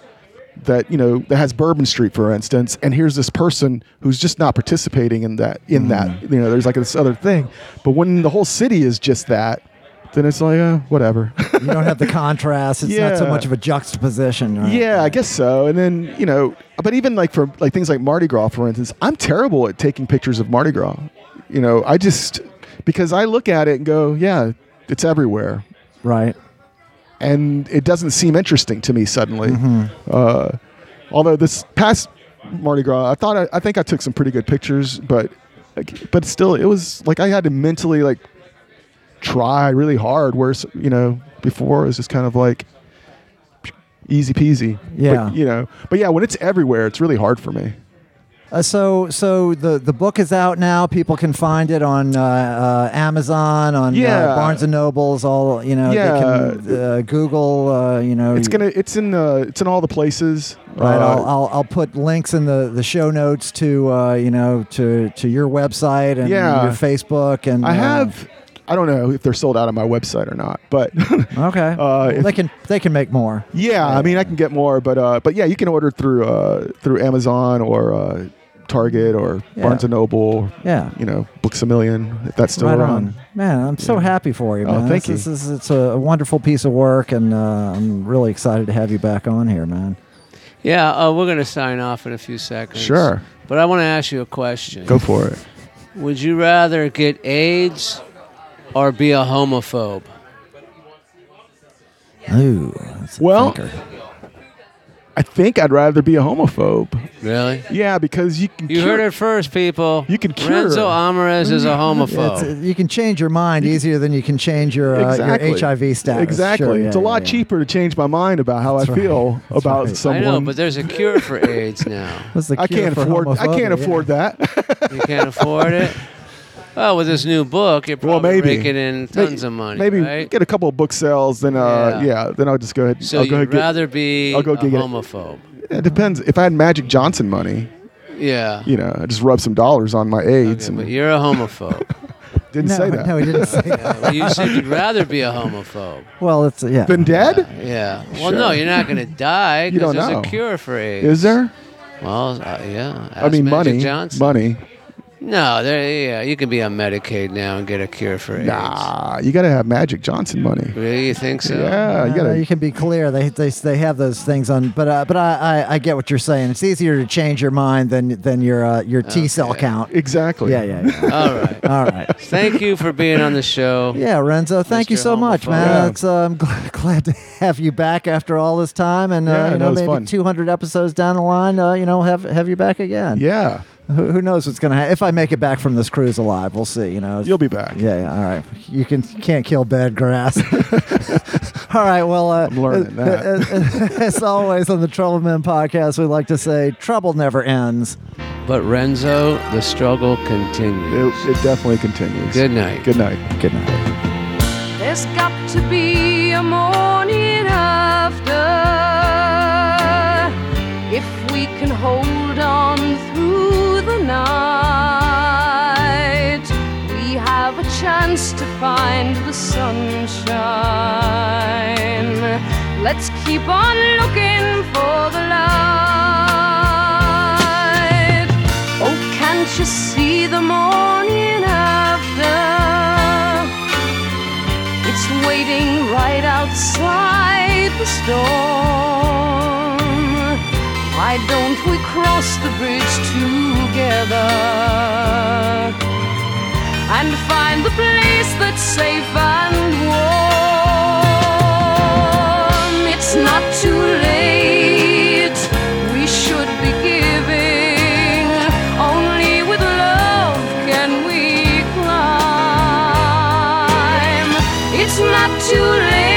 C: that you know that has Bourbon Street, for instance, and here's this person who's just not participating in that. In that, you know, there's like this other thing. But when the whole city is just that, then it's like uh, whatever.
A: you don't have the contrast. It's not so
C: Yeah.
A: much of a juxtaposition. right?
C: yeah, I guess so. And then you know, but even like for like things like Mardi Gras, for instance, I'm terrible at taking pictures of Mardi Gras. You know, I just because I look at it and go, yeah, it's everywhere.
A: Right.
C: and it doesn't seem interesting to me suddenly.
A: Mm-hmm.
C: Uh, although this past Mardi Gras, I thought I, I think I took some pretty good pictures, but like, but still, it was like I had to mentally like try really hard. Whereas you know before it was just kind of like easy peasy.
A: Yeah.
C: but, you know. But yeah, when it's everywhere, it's really hard for me.
A: Uh, so, so the the book is out now. People can find it on uh, uh, Amazon, on uh,
C: Yeah.
A: Barnes and Nobles. All you know, they can
C: Yeah.
A: uh, Google. Uh, you know,
C: It's gonna. It's in. Uh, it's in all the places.
A: Right,
C: Uh,
A: I'll, I'll, I'll put links in the, the show notes to uh, you know to, to your website and
C: Yeah.
A: your Facebook and
C: I
A: uh,
C: have. I don't know if they're sold out on my website or not, but
A: okay Well,
C: uh, if-
A: they can they can make more
C: Yeah, I mean, I can get more, but uh, but yeah, you can order through uh, through Amazon or uh, Target or
A: Yeah.
C: Barnes and Noble.
A: Yeah.
C: you know, Books a Million if that's still
A: right
C: around.
A: on man I'm so happy for you
C: Oh,
A: man
C: thank
A: this,
C: you.
A: Is, this is- it's a wonderful piece of work and uh, I'm really excited to have you back on here man
B: Yeah, uh, we're gonna sign off in a few seconds.
C: Sure.
B: But I want to ask you a question.
C: Go for it.
B: Would you rather get AIDS or be a homophobe?
A: ooh that's a
C: Well,
A: thinker.
C: I think I'd rather be a homophobe.
B: Really?
C: Yeah, because you can.
B: You
C: cure-
B: heard it first, people.
C: You can cure-
B: Renzo Amares is a
A: It's,
B: homophobe.
A: uh, you can change your mind easier than you can change your, uh,
C: Exactly.
A: your HIV status.
C: Exactly.
A: Sure,
C: it's
A: yeah,
C: a lot
A: yeah, yeah.
C: cheaper to change my mind about how I
A: right.
C: feel
A: That's
C: about
A: right.
B: I
C: someone.
B: know, but there's a cure for AIDS now.
A: What's the
C: I
A: cure
C: can't
A: for
C: afford. I
A: homophobia?
C: can't
A: Yeah.
C: afford that.
B: You can't afford it. oh, with this new book, you're
C: Well,
B: probably
C: maybe.
B: raking in
C: May-
B: tons of money.
C: Maybe
B: right?
C: get a couple of book sales, then uh,
B: Yeah.
C: yeah. then I'll just go ahead.
B: So
C: I'll go
B: you'd
C: ahead and
B: rather be
C: I'll go
B: a
C: get it.
B: homophobe?
C: get, it depends. If I had Magic Johnson money,
B: Yeah.
C: you know, I just rub some dollars on my AIDS
B: Okay, but
C: and
B: you're a homophobe.
C: didn't
A: no,
C: say that.
A: no, he didn't say that.
B: you said you'd rather be a homophobe.
A: Well, it's yeah.
C: Been dead?
B: Yeah. Well, no, you're not going to die
C: You
B: because
C: don't
B: there's
C: know.
B: a cure for AIDS.
C: Is there?
B: Well, uh, yeah.
C: I mean,
B: Ask Magic
C: money.
B: Johnson.
C: Money.
B: No, there. Yeah, you can be on Medicaid now and get a cure for AIDS.
C: Nah, you gotta have Magic Johnson money.
B: Really, you think so?
C: Yeah, uh, you
A: No, no,
C: gotta.
A: you can be clear. They, they, they have those things on, but uh, but I, I, I get what you're saying. It's easier to change your mind than than your uh, your T cell
B: Okay.
A: count.
C: Exactly.
A: Yeah, yeah, yeah.
B: All right.
A: All right.
B: Thank you for being on the show.
A: Yeah, Renzo, thank you
B: Mr.
A: so much, man.
C: Yeah.
A: It's, uh, I'm gl- glad to have you back after all this time, and uh,
C: Yeah,
A: you
C: no, it
A: know
C: was
A: maybe
C: fun.
A: 200 episodes down the line, uh, you know have have you back again.
C: Yeah.
A: Who, who knows what's gonna happen? If I make it back from this cruise alive, we'll see. You know.
C: You'll be back.
A: Yeah, yeah, all right. You can can't kill bad grass. all right. Well, uh,
C: I'm learning
A: uh,
C: that.
A: uh, as always on the Trouble Men podcast, we like to say trouble never ends.
B: But Renzo, the struggle
C: It,
B: continues.
C: it definitely continues.
B: Good night.
C: Good night.
A: Good night.
E: There's got to be a morning after if we can hold on through the night. We have a chance to find the sunshine. Let's keep on looking for the light. Oh, can't you see the morning after? It's waiting right outside the storm. Why don't we cross the bridge together and find the place that's safe and warm? It's not too late. We should be giving. Only with love can we climb. It's not too late.